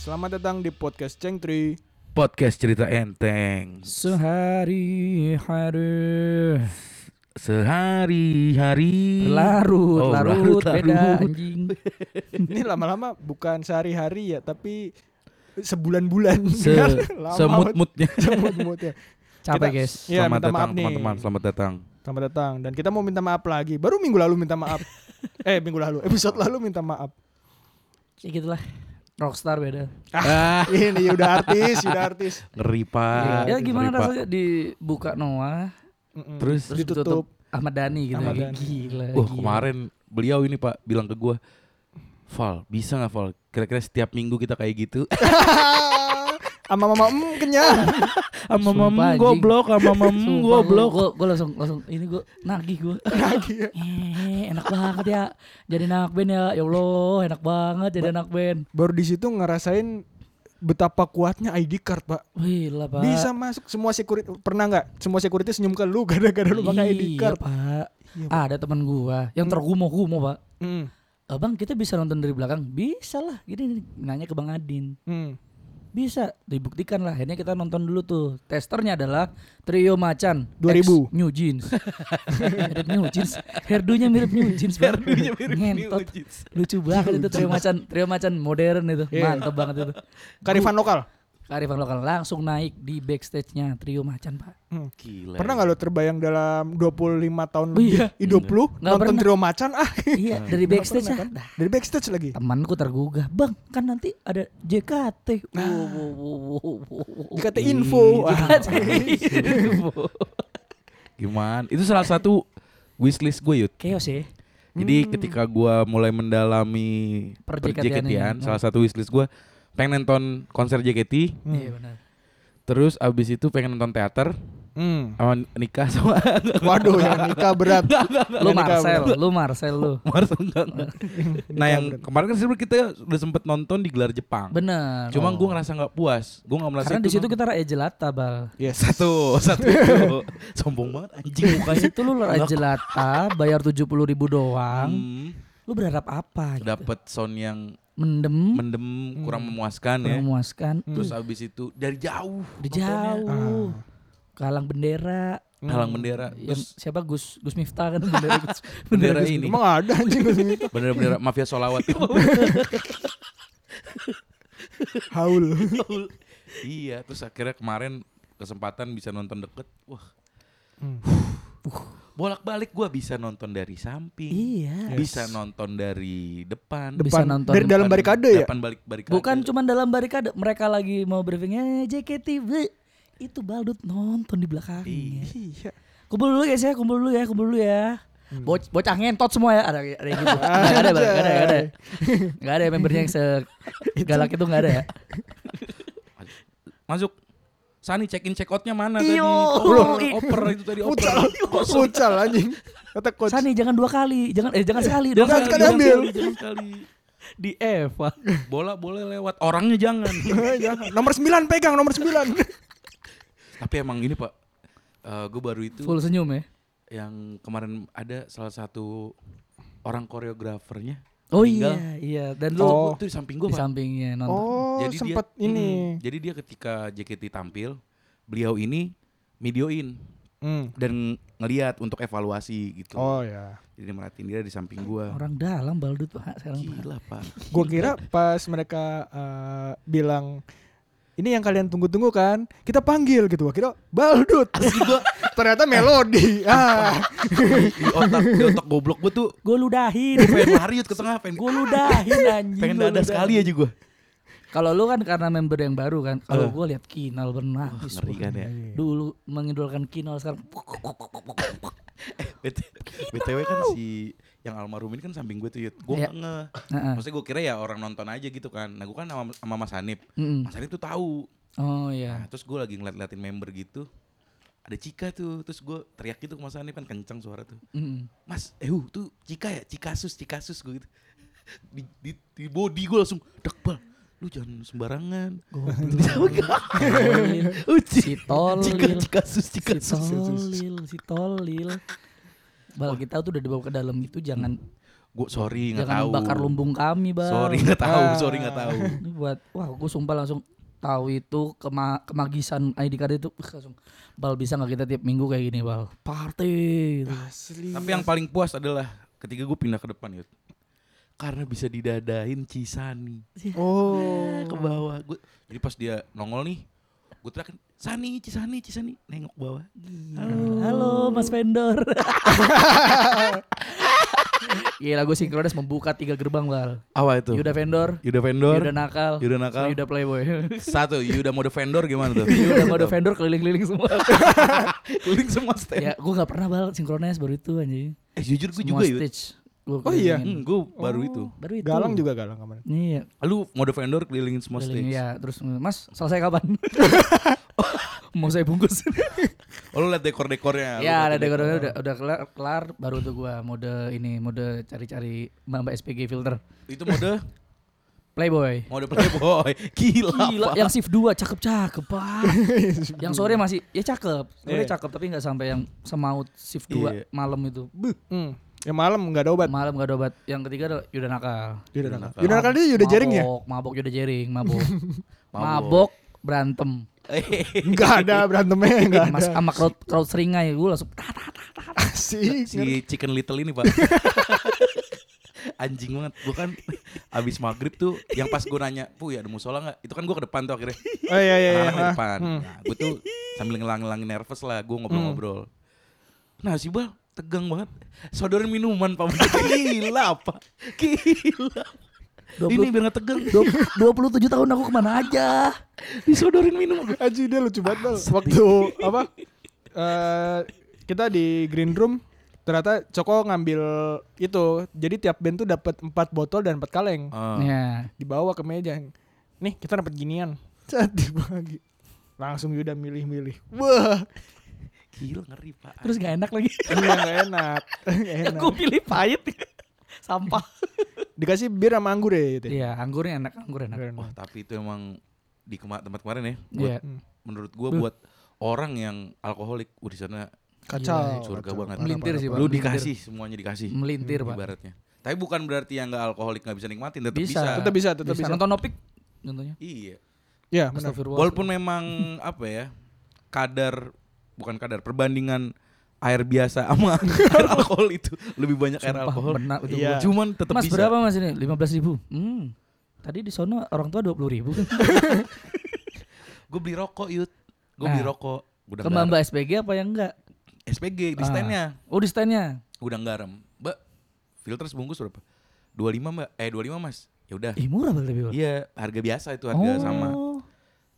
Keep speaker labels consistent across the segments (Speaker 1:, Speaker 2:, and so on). Speaker 1: Selamat datang di podcast Cengtri.
Speaker 2: Podcast cerita enteng
Speaker 3: Sehari hari
Speaker 2: sehari-hari.
Speaker 3: larut,
Speaker 2: Oh,
Speaker 3: larut,
Speaker 2: larut,
Speaker 3: beda
Speaker 2: larut.
Speaker 3: anjing.
Speaker 1: Ini lama-lama bukan sehari-hari ya, tapi sebulan-bulan.
Speaker 2: Se
Speaker 1: Biar lama
Speaker 2: semut-mutnya.
Speaker 1: semut-semutnya.
Speaker 3: Capek
Speaker 1: Kita-
Speaker 3: guys.
Speaker 1: Ya,
Speaker 2: selamat
Speaker 1: minta
Speaker 2: datang
Speaker 1: maaf nih.
Speaker 2: teman-teman, selamat datang.
Speaker 1: Selamat datang dan kita mau minta maaf lagi. Baru minggu lalu minta maaf. eh, minggu lalu, episode lalu minta maaf.
Speaker 3: Ya gitulah. Rockstar beda.
Speaker 2: Ah,
Speaker 1: Ini udah artis, udah artis.
Speaker 2: ngeri Pak.
Speaker 3: ya gimana
Speaker 2: Ngeri, Pak.
Speaker 3: rasanya dibuka Noah
Speaker 1: Mm-mm.
Speaker 2: Terus,
Speaker 3: terus
Speaker 1: Ditutup.
Speaker 3: ditutup Ahmad Dhani gitu.
Speaker 1: Ahmad
Speaker 3: ya.
Speaker 1: Dhani.
Speaker 3: Gila.
Speaker 2: wah
Speaker 3: gila.
Speaker 2: kemarin beliau ini Pak bilang ke gua, Val, bisa nggak Val? Kira-kira setiap minggu kita kayak gitu.
Speaker 1: Ah, Sama mama em kenyang.
Speaker 2: Sama
Speaker 3: Sumpah,
Speaker 2: mam
Speaker 3: anjing.
Speaker 2: goblok, sama mam goblok.
Speaker 3: Gue langsung langsung ini gue nagih gue.
Speaker 1: Lagi ya.
Speaker 3: Eh, enak banget ya. Jadi anak band ya. Ya Allah, enak banget jadi anak band.
Speaker 1: Baru di situ ngerasain betapa kuatnya ID card, Pak.
Speaker 3: Wih, lah, Pak.
Speaker 1: Bisa masuk semua security pernah nggak? Semua security senyum ke lu gara-gara lu pakai ID
Speaker 3: Iya,
Speaker 1: card.
Speaker 3: Pak.
Speaker 1: Iya, Pak.
Speaker 3: Ada teman gua yang tergumo-gumo, Pak.
Speaker 1: Mm.
Speaker 3: Abang kita bisa nonton dari belakang? Bisa lah. Gini nih, nanya ke Bang Adin.
Speaker 1: Mm.
Speaker 3: Bisa dibuktikan lah. Akhirnya kita nonton dulu tuh. Testernya adalah Trio Macan
Speaker 1: 2000.
Speaker 3: X New Jeans. mirip New Jeans. Hairdo-nya mirip New Jeans. Bang.
Speaker 2: Hairdo-nya mirip New
Speaker 3: Ngentot.
Speaker 2: Jeans.
Speaker 3: Lucu banget itu Trio Macan. Trio Macan modern itu.
Speaker 1: Iya.
Speaker 3: Mantep banget itu.
Speaker 1: Karifan lokal.
Speaker 3: Kearifan lokal langsung naik di backstage-nya Trio Macan, Pak.
Speaker 1: Mm.
Speaker 2: Gila.
Speaker 1: Pernah nggak lu terbayang dalam 25 tahun
Speaker 3: Oh,
Speaker 1: lebih
Speaker 3: iya.
Speaker 1: hidup lu
Speaker 3: Nggak
Speaker 1: nonton
Speaker 3: pernah.
Speaker 1: trio macan ah
Speaker 3: iya, dari
Speaker 1: Nggak
Speaker 3: backstage
Speaker 1: pernah,
Speaker 3: ya.
Speaker 1: kan? dari backstage lagi.
Speaker 3: Temanku tergugah, "Bang, kan nanti ada JKT."
Speaker 1: Nah.
Speaker 3: Wow, wow, wow, wow, wow, wow.
Speaker 1: Dikata info.
Speaker 3: iya.
Speaker 1: Ah. Wah.
Speaker 2: Gimana? Itu salah satu wishlist gue yud.
Speaker 3: Chaos ya.
Speaker 2: Jadi ketika gua mulai mendalami
Speaker 3: Perjeketian
Speaker 2: perjeketian,
Speaker 3: ini.
Speaker 2: salah satu wishlist gua pengen nonton konser JKT,
Speaker 3: Iya benar.
Speaker 2: terus abis itu pengen nonton teater,
Speaker 1: Mm.
Speaker 2: sama nikah sama
Speaker 1: Waduh, yang nikah berat. Yang nikah
Speaker 3: Lu Marcel,
Speaker 1: berat.
Speaker 3: lu Marcel lu.
Speaker 2: Mars
Speaker 3: Oh,
Speaker 2: enggak, enggak. Nah yang kemarin kan sebenarnya kita udah sempet nonton di gelar Jepang.
Speaker 3: Bener.
Speaker 2: Cuma gua ngerasa nggak puas, gua nggak merasa
Speaker 3: Oh. Karena
Speaker 2: itu
Speaker 3: di situ
Speaker 2: nonton.
Speaker 3: kita rakyat jelata, Bal.
Speaker 1: Yes.
Speaker 2: satu satu itu sombong banget anjing
Speaker 3: Di
Speaker 2: mukanya.
Speaker 3: situ lu rakyat jelata, bayar 70 ribu doang.
Speaker 2: Hmm,
Speaker 3: Lu berharap apa? gitu?
Speaker 2: Dapet sound yang
Speaker 3: Mendem,
Speaker 2: mendem kurang memuaskan ya.
Speaker 3: Hmm. memuaskan,
Speaker 2: Terus Ah. abis itu dari jauh,
Speaker 3: di
Speaker 2: nontonnya.
Speaker 3: jauh. Hmm. Kalang bendera.
Speaker 2: halang bendera, terus
Speaker 3: Yang siapa Gus Gus Miftah kan bendera Gus,
Speaker 2: bendera
Speaker 3: Gus-
Speaker 2: ini.
Speaker 1: Emang ada anjing di sini?
Speaker 2: Bener-bener mafia solawat
Speaker 1: Haul.
Speaker 2: Iya terus akhirnya kemarin kesempatan bisa nonton deket Wah
Speaker 1: Hmm.
Speaker 2: Huh. Bolak-balik gua bisa nonton dari samping
Speaker 3: Iya.
Speaker 2: Bisa nonton dari depan
Speaker 3: Bisa
Speaker 1: Depan
Speaker 3: nonton
Speaker 1: dari dalam
Speaker 2: Depan-
Speaker 1: barikade ya?
Speaker 2: Depan balik Iya. barikade
Speaker 3: Bukan cuman dalam barikade, mereka lagi mau "Eh, briefingnya JKT. bleh." Itu Baldut nonton di belakangnya.
Speaker 1: Iya.
Speaker 3: Kumpul dulu guys ya, kumpul dulu ya, kumpul dulu ya. Bo- bocah ngentot semua ya, ada ada yang gitu. Nggak ada, Bang, nggak ada, nggak ada. Nggak ada ya, membernya yang se galak itu nggak ada ya.
Speaker 2: Masuk Sani check in check outnya mana
Speaker 3: Iyo.
Speaker 2: tadi
Speaker 3: Belum.
Speaker 2: Oper, Oper itu tadi oper
Speaker 1: Futsal, futsal anjing. Kata coach.
Speaker 3: Sani jangan dua kali, jangan eh jangan sekali, dua
Speaker 2: Jangan
Speaker 3: kali.
Speaker 2: sekali,
Speaker 1: sekali
Speaker 2: jangan
Speaker 1: ambil.
Speaker 2: sekali, jangan kan? Iya sekali.
Speaker 3: Di Eva.
Speaker 2: Bola boleh lewat Orangnya jangan
Speaker 1: Ya, nomor 9 pegang nomor 9.
Speaker 2: Tapi emang ini pak Gue baru itu
Speaker 3: Full senyum ya.
Speaker 2: yang kemarin ada salah satu orang koreografernya
Speaker 3: Oh
Speaker 2: meninggal.
Speaker 3: iya, iya.
Speaker 2: Itu-
Speaker 3: Dan lu
Speaker 1: Oh.
Speaker 2: itu di samping gue
Speaker 3: di
Speaker 2: pak
Speaker 3: sampingnya nonton.
Speaker 1: Oh,
Speaker 2: Jadi dia-
Speaker 1: sempat
Speaker 2: Mm,
Speaker 1: ini.
Speaker 2: jadi dia ketika JKT tampil beliau ini videoin
Speaker 1: Hmm.
Speaker 2: dan ngeliat untuk evaluasi gitu
Speaker 1: Oh ya.
Speaker 2: jadi merhatiin dia di samping gue
Speaker 3: Orang dalam Baldut Pak sekarang. Pak.
Speaker 2: gila pak
Speaker 1: Gue kira pas mereka eh, bilang ini yang kalian tunggu-tunggu kan, kita panggil gitu. Gua kira baldut. Ternyata melodi. Ah,
Speaker 2: di otak di otak goblok gue tuh
Speaker 3: Gue ludahin.
Speaker 2: pengen lari yuk ke tengah pengen
Speaker 3: Gue ludahin anjing.
Speaker 2: pengen
Speaker 3: gua
Speaker 2: dada
Speaker 3: ludahin.
Speaker 2: sekali aja gue
Speaker 3: Kalau lu kan karena member yang baru kan. Kalau gue lihat Kinal bernangis.
Speaker 2: ngeri
Speaker 3: gua.
Speaker 2: kan ya
Speaker 3: Iya. Dulu mengidolakan Kinal sekarang.
Speaker 2: BT- btw kan si yang almarhum ini kan samping gue tuh yud gue
Speaker 3: Iya.
Speaker 2: nggak ngeh
Speaker 3: Heeh.
Speaker 2: maksudnya gue kira ya orang nonton aja gitu kan nah gue kan sama, sama Mas Hanif
Speaker 3: Mm-mm.
Speaker 2: Mas Hanif tuh tahu
Speaker 3: Oh
Speaker 2: Nah,
Speaker 3: Hmm. iya.
Speaker 2: terus gue lagi ngeliat-ngeliatin member gitu. Ada Cika tuh, terus gue teriak gitu ke Mas Hanif kan kenceng suara tuh.
Speaker 3: Mm-mm.
Speaker 2: Mas, eh uh, tuh Cika ya, Cikasus, Cikasus gue gitu. Di, di, di body gue langsung dekbal. Lu jangan sembarangan.
Speaker 3: Tolil. si
Speaker 2: Cika,
Speaker 3: Tolil.
Speaker 2: Cikasus,
Speaker 3: Si
Speaker 2: Cikasus.
Speaker 3: Tolil. Si Tolil. Bal kita tuh udah dibawa ke dalam gitu jangan
Speaker 2: Gue sorry nggak tahu.
Speaker 3: Jangan bakar lumbung kami, Bang.
Speaker 2: Sorry nggak tahu,
Speaker 1: Ah.
Speaker 2: sorry nggak tahu.
Speaker 3: Ini buat wah gue sumpah langsung tahu itu kema kemagisan ID card itu uh, langsung bal bisa nggak kita tiap minggu kayak gini bal party gitu.
Speaker 1: Asli.
Speaker 2: Tapi yang paling puas adalah ketika gue pindah ke depan Yud. Karena bisa didadain Cisani
Speaker 1: Oh.
Speaker 2: ke bawah. Gua, jadi pas dia nongol nih, gue teriakin Sani, Cisani, Cisani, nengok ke bawah.
Speaker 3: halo mas vendor Gila gue sinkronis membuka tiga gerbang bal
Speaker 2: Apa itu?
Speaker 3: Yuda vendor
Speaker 2: Yuda vendor.
Speaker 3: Yuda nakal
Speaker 2: Yuda nakal.
Speaker 3: Yuda playboy
Speaker 2: Satu, Yuda mode vendor gimana tuh?
Speaker 3: Yuda mode vendor keliling-keliling semua
Speaker 2: Keliling semua stand.
Speaker 3: ya gue nggak pernah bal sinkronis baru itu anjing
Speaker 2: Eh jujur gue
Speaker 3: semua
Speaker 2: juga Yud.
Speaker 3: stage Gua
Speaker 1: Oh iya.
Speaker 3: kelilingin.
Speaker 2: Hmm, gue baru itu. Ah,
Speaker 3: baru itu
Speaker 1: Galang juga galang kemarin.
Speaker 3: Iya,
Speaker 2: Lu mode vendor kelilingin semua
Speaker 3: Keliling,
Speaker 2: stage.
Speaker 3: Iya, terus Mas selesai kapan? Mau saya bungkus.
Speaker 2: Oh, lu liat dekor-dekornya. lu
Speaker 3: ya,
Speaker 2: liat
Speaker 3: ada dekor udah udah kelar, kelar baru tuh gua mode ini mode cari-cari Mbak SPG filter.
Speaker 2: Itu mode
Speaker 3: Playboy.
Speaker 2: mode playboy. Gila.
Speaker 3: Gila, ya.
Speaker 2: Pak.
Speaker 3: yang shift 2 cakep-cakep, Pak. yang sore masih ya cakep. Sore
Speaker 1: Iya.
Speaker 3: cakep tapi nggak sampai yang semaut shift 2
Speaker 2: Iya.
Speaker 3: malam itu. Beuh,
Speaker 1: Hmm. Yang malam nggak ada obat.
Speaker 3: Malam gak ada obat. Yang ketiga ada Yuda nakal.
Speaker 1: Yuda
Speaker 2: Yuda
Speaker 1: nakal.
Speaker 2: nakal.
Speaker 1: Yuda nakal dia Yuda jaring ya?
Speaker 3: Mabok, Mabok Yuda jaring, mabok.
Speaker 2: Mabok.
Speaker 3: mabok berantem.
Speaker 1: Nggak ada berantemnya nggak
Speaker 3: Mas
Speaker 1: ada.
Speaker 3: sama crowd, crowd seringai gue langsung
Speaker 1: Asik.
Speaker 2: si Chicken Little ini pak anjing banget gue kan abis maghrib tuh yang pas gue nanya pu ya ada musola nggak itu kan gue ke depan tuh akhirnya
Speaker 1: Oh iya iya iya.
Speaker 2: anak-anak di
Speaker 1: Ah,
Speaker 2: depan
Speaker 1: hmm.
Speaker 2: nah, gue tuh sambil ngelang-ngelangin nervous lah
Speaker 3: Hmm.
Speaker 2: gue ngobrol-ngobrol nah si bal tegang banget sodorin minuman pak gila apa gila ini
Speaker 3: 20
Speaker 2: biar gak tegang Eh,
Speaker 3: 27 tahun aku kemana aja
Speaker 2: disodorin minuman
Speaker 1: Aji dia lucu banget Bal. Waktu apa eh, Kita di green room Ternyata Coko ngambil itu Jadi tiap band tuh dapat 4 botol dan 4 kaleng
Speaker 2: Ah,
Speaker 3: Ya
Speaker 1: Dibawa ke meja Nih kita dapat ginian Set dibagi Langsung Yuda milih-milih Wah
Speaker 2: gila ngeri pak
Speaker 3: Terus gak enak lagi
Speaker 1: Iya gak enak Nggak enak
Speaker 3: Gue pilih pahit Sampah
Speaker 1: Dikasih bir sama anggur ya itu
Speaker 3: Iya anggurnya enak Anggur enak
Speaker 1: Nggak enak.
Speaker 2: wah tapi itu emang di kema- tempat kemarin ya buat,
Speaker 3: Iya
Speaker 1: Hmm.
Speaker 2: menurut gue buat orang yang alkoholik wah di sana
Speaker 1: Kacau
Speaker 3: Iya,
Speaker 2: surga
Speaker 1: kacau.
Speaker 2: banget.
Speaker 3: Melintir sih, Pak.
Speaker 2: Lu
Speaker 3: Melintir.
Speaker 2: dikasih semuanya dikasih.
Speaker 3: Melintir pak
Speaker 2: Ibaratnya. Tapi bukan berarti yang nggak alkoholik nggak bisa nikmatin tetap bisa.
Speaker 3: Bisa
Speaker 1: Tetap bisa, tetap bisa.
Speaker 3: Nonton Opik Contohnya
Speaker 2: Iya.
Speaker 1: Iya benar
Speaker 3: Astagfirullah
Speaker 2: Walaupun memang apa ya kadar bukan kadar perbandingan air biasa sama air alkohol itu lebih banyak air
Speaker 3: Sumpah,
Speaker 2: alkohol.
Speaker 3: benar itu
Speaker 1: Iya.
Speaker 3: gua.
Speaker 2: Cuman tetap
Speaker 3: Mas
Speaker 2: bisa.
Speaker 3: berapa mas ini 15 ribu Hmm Tadi di sono orang tua 20 ribu
Speaker 2: Gue beli rokok yud. Gue beli
Speaker 3: Nah.
Speaker 2: rokok. Gudang
Speaker 3: Ke
Speaker 2: garam.
Speaker 3: Mbak SPG apa yang enggak
Speaker 2: SPG di
Speaker 3: Ah.
Speaker 2: standnya.
Speaker 3: Oh di standnya
Speaker 2: Gudang garam. Mbak filter sebungkus berapa? 25 mbak. Eh 25 mas. Ya udah.
Speaker 3: Ih murah banget tapi Bang.
Speaker 2: Iya harga biasa itu harga sama.
Speaker 3: Oh.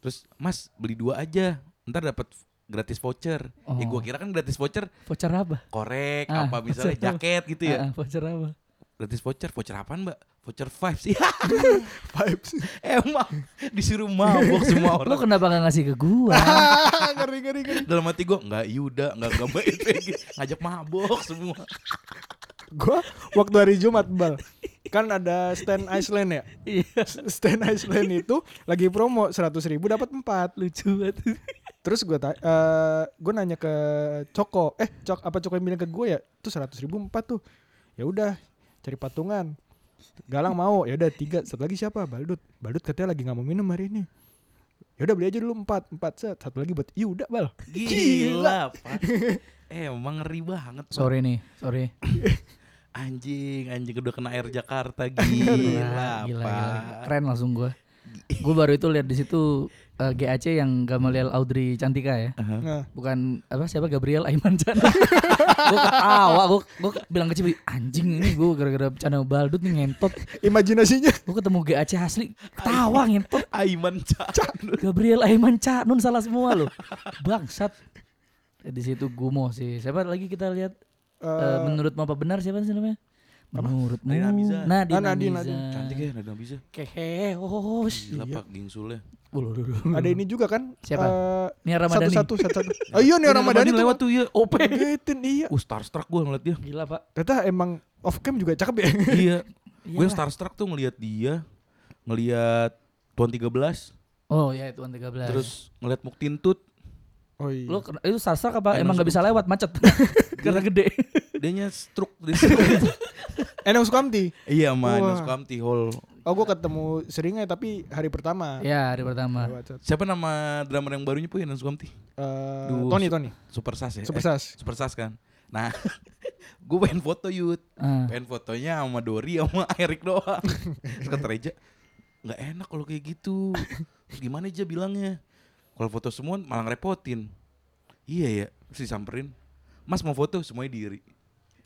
Speaker 2: Terus Mas beli dua aja, ntar dapat gratis voucher.
Speaker 3: Oh.
Speaker 2: Ya gua kira kan gratis voucher
Speaker 3: Voucher apa?
Speaker 2: korek
Speaker 3: Ah,
Speaker 2: apa misalnya
Speaker 3: voucher.
Speaker 2: jaket gitu ya.
Speaker 3: Ah, ah, voucher apa?
Speaker 2: Gratis voucher, voucher apaan mbak? Voucher vibes Iya,
Speaker 1: Vibes
Speaker 2: emang disuruh mabok semua
Speaker 3: Lo
Speaker 2: orang.
Speaker 3: kenapa gak ngasih ke gua?
Speaker 1: Ngeri ngeri ngeri
Speaker 2: Dalam hati gua nggak Yuda, nggak nggak mbak EPG, ngajak mabok semua.
Speaker 1: Gue waktu hari Jumat Bal Kan ada stand Iceland ya
Speaker 3: Iya,
Speaker 1: Stand Iceland itu lagi promo 100 ribu dapat 4
Speaker 3: lucu banget.
Speaker 1: Terus gue ta- gue nanya ke Coko, eh Cok apa Coko yang bilang ke gue ya? Itu 100 ribu 4 tuh. Ya udah cari patungan. Galang mau, ya udah tiga. Satu lagi siapa? Baldut. Baldut katanya lagi nggak mau minum hari ini. Ya udah beli aja dulu empat, empat set. Satu lagi buat iya udah bal.
Speaker 2: Gila, Pak. Eh, Emang ngeri banget. Pak.
Speaker 3: Sorry nih, sorry.
Speaker 2: Anjing, anjing udah kena air Jakarta gila,
Speaker 3: gila,
Speaker 2: Pak.
Speaker 3: gila. Keren langsung gua. Gua baru itu lihat di situ eh, GAC yang Gamaliel Audrey Cantika ya.
Speaker 1: Nah,
Speaker 3: Bukan apa siapa Gabriel Aiman Chan. gua ketawa, gua, gua bilang ke Cibi, anjing ini gua gara-gara bercanda baldut nih ngentot.
Speaker 1: imajinasinya
Speaker 3: Gua ketemu GAC asli, ketawa ngentot.
Speaker 2: Aiman Chan.
Speaker 3: Gabriel Aiman Canun salah semua loh. Bangsat. Eh, Di situ Gumo sih. Siapa lagi kita lihat? Eh,
Speaker 1: eh
Speaker 3: menurut apa benar siapa sih namanya? Menurutmu
Speaker 2: Nadine Amizah.
Speaker 3: Nadine
Speaker 1: Ah, Nadine,
Speaker 3: Amizah.
Speaker 2: Cantik ya, nggak bisa.
Speaker 3: Keheos.
Speaker 2: Gila
Speaker 1: Iya.
Speaker 2: pak ya. gingsulnya
Speaker 3: Oh, loh, loh, loh.
Speaker 1: ada ini juga kan?
Speaker 3: Siapa?
Speaker 1: Eh,
Speaker 3: Nia Ramadhani.
Speaker 1: satu-satu, satu-satu. Oh iya nih orang Madani lewat.
Speaker 2: lewat tuh ya OP
Speaker 1: Getin iya.
Speaker 2: Uh starstruck gue ngeliat dia
Speaker 3: Gila, Pak.
Speaker 1: Ternyata emang off cam juga cakep ya.
Speaker 2: Iya Gue
Speaker 3: Iyalah.
Speaker 2: starstruck tuh ngeliat dia Ngeliat Tuan 13
Speaker 3: Oh, ya Tuan 13.
Speaker 2: Terus ngeliat Muktintut
Speaker 1: Oh iya.
Speaker 3: Lu kena- itu sastra apa
Speaker 2: Finance
Speaker 3: emang gak bisa lewat macet karena gitu. gede.
Speaker 2: Dianya struk di
Speaker 1: Enang Sukamti.
Speaker 2: Iya man,
Speaker 1: Wah.
Speaker 2: Sukamti Hall.
Speaker 1: Oh gue ketemu seringnya tapi hari pertama.
Speaker 3: ya hari pertama.
Speaker 1: Lewat chat.
Speaker 2: Siapa nama drummer yang barunya Puy Enan Sukamti?
Speaker 1: Eh,
Speaker 2: Duh,
Speaker 1: Tony Tony.
Speaker 2: Super Sas ya?
Speaker 1: Super
Speaker 2: Eh,
Speaker 1: Sas.
Speaker 2: Super Sas kan? Nah, gue pengen foto Yud.
Speaker 3: Ah.
Speaker 2: Pengen fotonya sama Dori sama Erik doang. Terus kata Reja, gak enak kalau kayak gitu. Terus gimana aja bilangnya? Kalau foto semua malah ngerepotin. Iya ya, terus disamperin. Mas mau foto semuanya diri.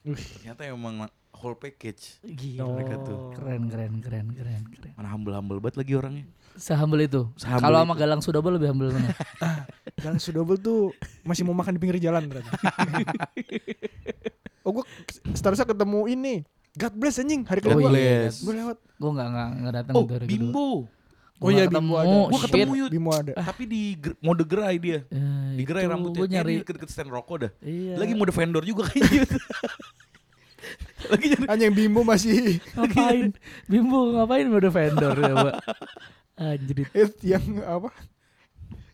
Speaker 1: Wih.
Speaker 2: Ternyata emang whole package.
Speaker 3: Gila.
Speaker 2: mereka tuh.
Speaker 3: Keren keren keren keren keren.
Speaker 2: Mana humble-humble banget lagi orangnya.
Speaker 3: Sehumble itu.
Speaker 2: Sehumble
Speaker 3: Kalau sama
Speaker 2: itu.
Speaker 3: Galang Sudabo lebih humble mana?
Speaker 1: eh. Jalan Sudobel tuh masih mau makan di pinggir jalan ternyata. oh gue seterusnya ketemu ini. God bless anjing hari
Speaker 2: God
Speaker 1: kedua.
Speaker 2: bless.
Speaker 1: Gue lewat.
Speaker 3: Gue nggak nggak nggak datang
Speaker 2: Oh,
Speaker 3: itu hari kedua.
Speaker 2: Bimbo.
Speaker 1: Oh iya,
Speaker 3: ketemu.
Speaker 1: Bimbo ada.
Speaker 2: Gue
Speaker 1: Shit.
Speaker 2: ketemu Yud.
Speaker 1: Bimo ada.
Speaker 2: Tapi di ger- mode gerai dia.
Speaker 3: Eh,
Speaker 2: Di gerai
Speaker 3: Ah. itu
Speaker 2: rambutnya.
Speaker 3: Gue nyari.
Speaker 2: Eh, di deket stand rokok dah.
Speaker 3: Iya.
Speaker 2: Lagi mode vendor juga kayaknya. Yud. Lagi nyari
Speaker 1: Anjing Bimbo masih
Speaker 3: ngapain? Bimbo ngapain udah vendor ya, Pak? Anjir.
Speaker 1: it yang apa?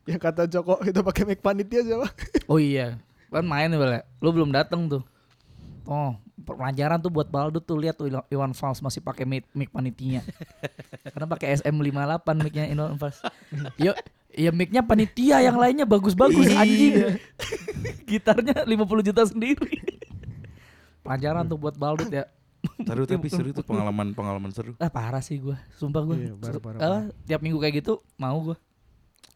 Speaker 1: Yang kata Joko itu pakai mic panitia siapa?
Speaker 3: Oh iya, kan main nih Bel, ya. Lu belum datang tuh. Oh, pelajaran tuh buat Baldo tuh lihat tuh Ilo- Iwan Fals masih pakai mic, mic panitia. Karena pakai SM58 micnya Iwan Fals. Yo, ya micnya panitia, yang lainnya bagus-bagus
Speaker 1: Iya.
Speaker 3: anjing. Gitarnya 50 juta sendiri. Pelajaran tuh buat Baldo ya.
Speaker 2: Taruh tapi seru itu pengalaman pengalaman seru.
Speaker 3: Ah parah sih gua, sumpah gua.
Speaker 1: Iya, parah, parah,
Speaker 3: Ah,
Speaker 1: parah.
Speaker 3: tiap minggu kayak gitu mau gua.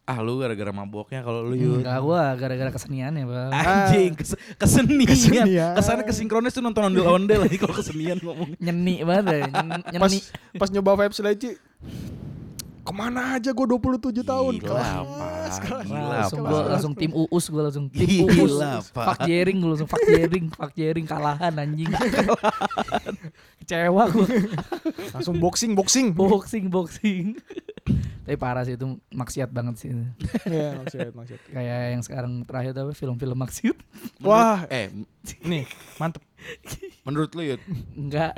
Speaker 2: Ah lu gara-gara maboknya kalau lu
Speaker 1: Iya.
Speaker 2: yud.
Speaker 3: Enggak gua gara-gara keseniannya, Bang.
Speaker 2: Anjing kes- kesenian.
Speaker 1: Kesenian.
Speaker 2: Kesana kesinkronis tuh nonton ondel-ondel lagi kalau kesenian ngomong.
Speaker 3: Nyeni banget ya, nyen-
Speaker 1: Pas
Speaker 3: nyeni.
Speaker 1: pas nyoba vape Sledge Kemana aja gue 27 tahun
Speaker 2: Gila, Pak. Gila,
Speaker 3: langsung
Speaker 2: Pak.
Speaker 3: gua langsung tim uus gue langsung tim
Speaker 2: Gila,
Speaker 3: uus
Speaker 2: Pak.
Speaker 3: fuck jering gue langsung fuck jering fuck jering kalahan anjing kecewa gue
Speaker 1: Langsung boxing boxing
Speaker 3: boxing boxing tapi parah sih itu maksiat banget sih
Speaker 1: Iya maksud maksud
Speaker 3: kayak yang sekarang terakhir tapi film-film maksiat
Speaker 1: Wah.
Speaker 2: Menurut- eh
Speaker 1: Nih mantep
Speaker 2: menurut lu yud.
Speaker 3: enggak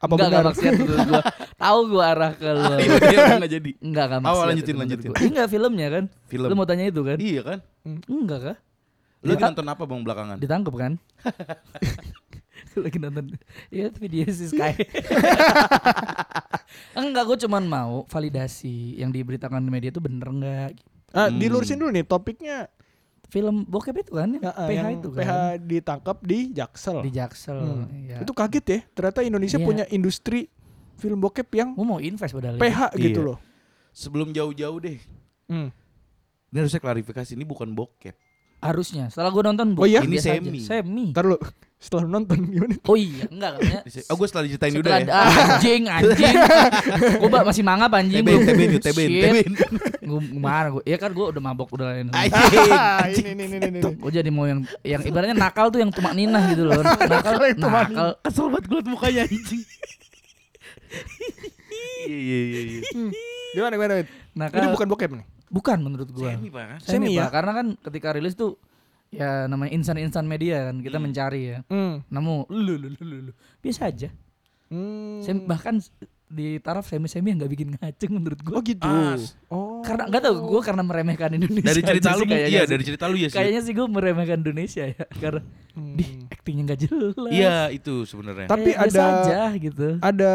Speaker 1: Apa
Speaker 3: enggak, enggak
Speaker 1: benar?
Speaker 3: maksiat menurut gue tahu gue arah ke lu
Speaker 2: Iya nggak jadi.
Speaker 3: enggak enggak
Speaker 2: Awal
Speaker 3: maksiat
Speaker 2: lanjutin,
Speaker 3: itu menurut
Speaker 2: lanjutin.
Speaker 3: gua. Ini enggak filmnya kan
Speaker 2: Film.
Speaker 3: lu mau tanya itu kan
Speaker 2: Iya kan?
Speaker 3: enggak kah
Speaker 2: Lu lagi
Speaker 3: Iya.
Speaker 2: nonton apa bang belakangan?
Speaker 3: ditangkap kan lagi nonton ya video si Sky enggak gue cuman mau validasi yang diberitakan di media itu bener enggak
Speaker 1: Ah,
Speaker 2: Hmm.
Speaker 1: dilurusin dulu nih topiknya
Speaker 3: film bokep itu kan yang
Speaker 1: Ya, eh,
Speaker 3: PH
Speaker 1: yang
Speaker 3: itu
Speaker 1: PH
Speaker 3: kan
Speaker 1: ditangkap di Jaksel.
Speaker 3: di Jaksel
Speaker 1: Hmm.
Speaker 3: ya.
Speaker 1: Itu kaget ya, ternyata Indonesia
Speaker 3: Iya.
Speaker 1: punya industri film bokep yang
Speaker 3: Gua mau invest padahal ya.
Speaker 1: PH
Speaker 2: Iya.
Speaker 1: gitu loh. Hmm,
Speaker 2: Sebelum jauh-jauh deh. Ini harusnya klarifikasi ini bukan bokep.
Speaker 3: harusnya setelah gue nonton
Speaker 1: Oh iya?
Speaker 2: Ini
Speaker 3: biasa aja.
Speaker 2: semi.
Speaker 3: semi
Speaker 1: Ntar lu setelah nonton gimana?
Speaker 3: oh iya enggak katanya
Speaker 2: Oh gue setelah diceritain udah ya.
Speaker 3: Setelah ada- ah, anjing anjing gue masih mangap anjing
Speaker 2: Teben,
Speaker 3: belum.
Speaker 2: teben, yuk, teben,
Speaker 3: Shit.
Speaker 2: teben.
Speaker 3: Gua- gimana gue ya kan gue udah mabok udah lain
Speaker 1: Ah, ini ini ini ini. ini.
Speaker 3: gue jadi mau yang yang ibaratnya nakal tuh yang tumak ninah gitu loh nakal
Speaker 1: Nakal yang tumak
Speaker 3: nakal
Speaker 2: Kesel banget gue mukanya anjing. Iya iya iya. iya.
Speaker 1: Hmm. Gimana gimana? Wid?
Speaker 3: nakal
Speaker 1: Ini bukan bokep nih.
Speaker 3: bukan menurut gua
Speaker 2: Semi pak.
Speaker 1: Semi
Speaker 3: Semi,
Speaker 1: ya?
Speaker 3: Pak. karena kan ketika rilis tuh ya namanya insan insan media kan kita mencari ya
Speaker 1: Hmm.
Speaker 3: namun lu lu lu lu, lu. biasa aja
Speaker 1: Hmm.
Speaker 3: Sem- bahkan di taraf semi semi yang nggak bikin ngaceng menurut
Speaker 1: Oh
Speaker 3: gua
Speaker 1: gitu.
Speaker 2: Ah,
Speaker 1: Oh.
Speaker 3: karena nggak tahu gua karena meremehkan Indonesia
Speaker 2: Dari
Speaker 3: aja
Speaker 2: cerita
Speaker 3: sih
Speaker 2: lu mungkin
Speaker 3: kayaknya
Speaker 2: iya,
Speaker 3: sih.
Speaker 2: dari cerita lu ya sih.
Speaker 3: kayaknya sih gua meremehkan Indonesia ya karena
Speaker 1: Hmm.
Speaker 3: di aktingnya nggak jelas
Speaker 2: Iya itu sebenarnya.
Speaker 1: Tapi
Speaker 3: Kayak Eh, biasa
Speaker 1: ada-
Speaker 3: aja gitu
Speaker 1: Ada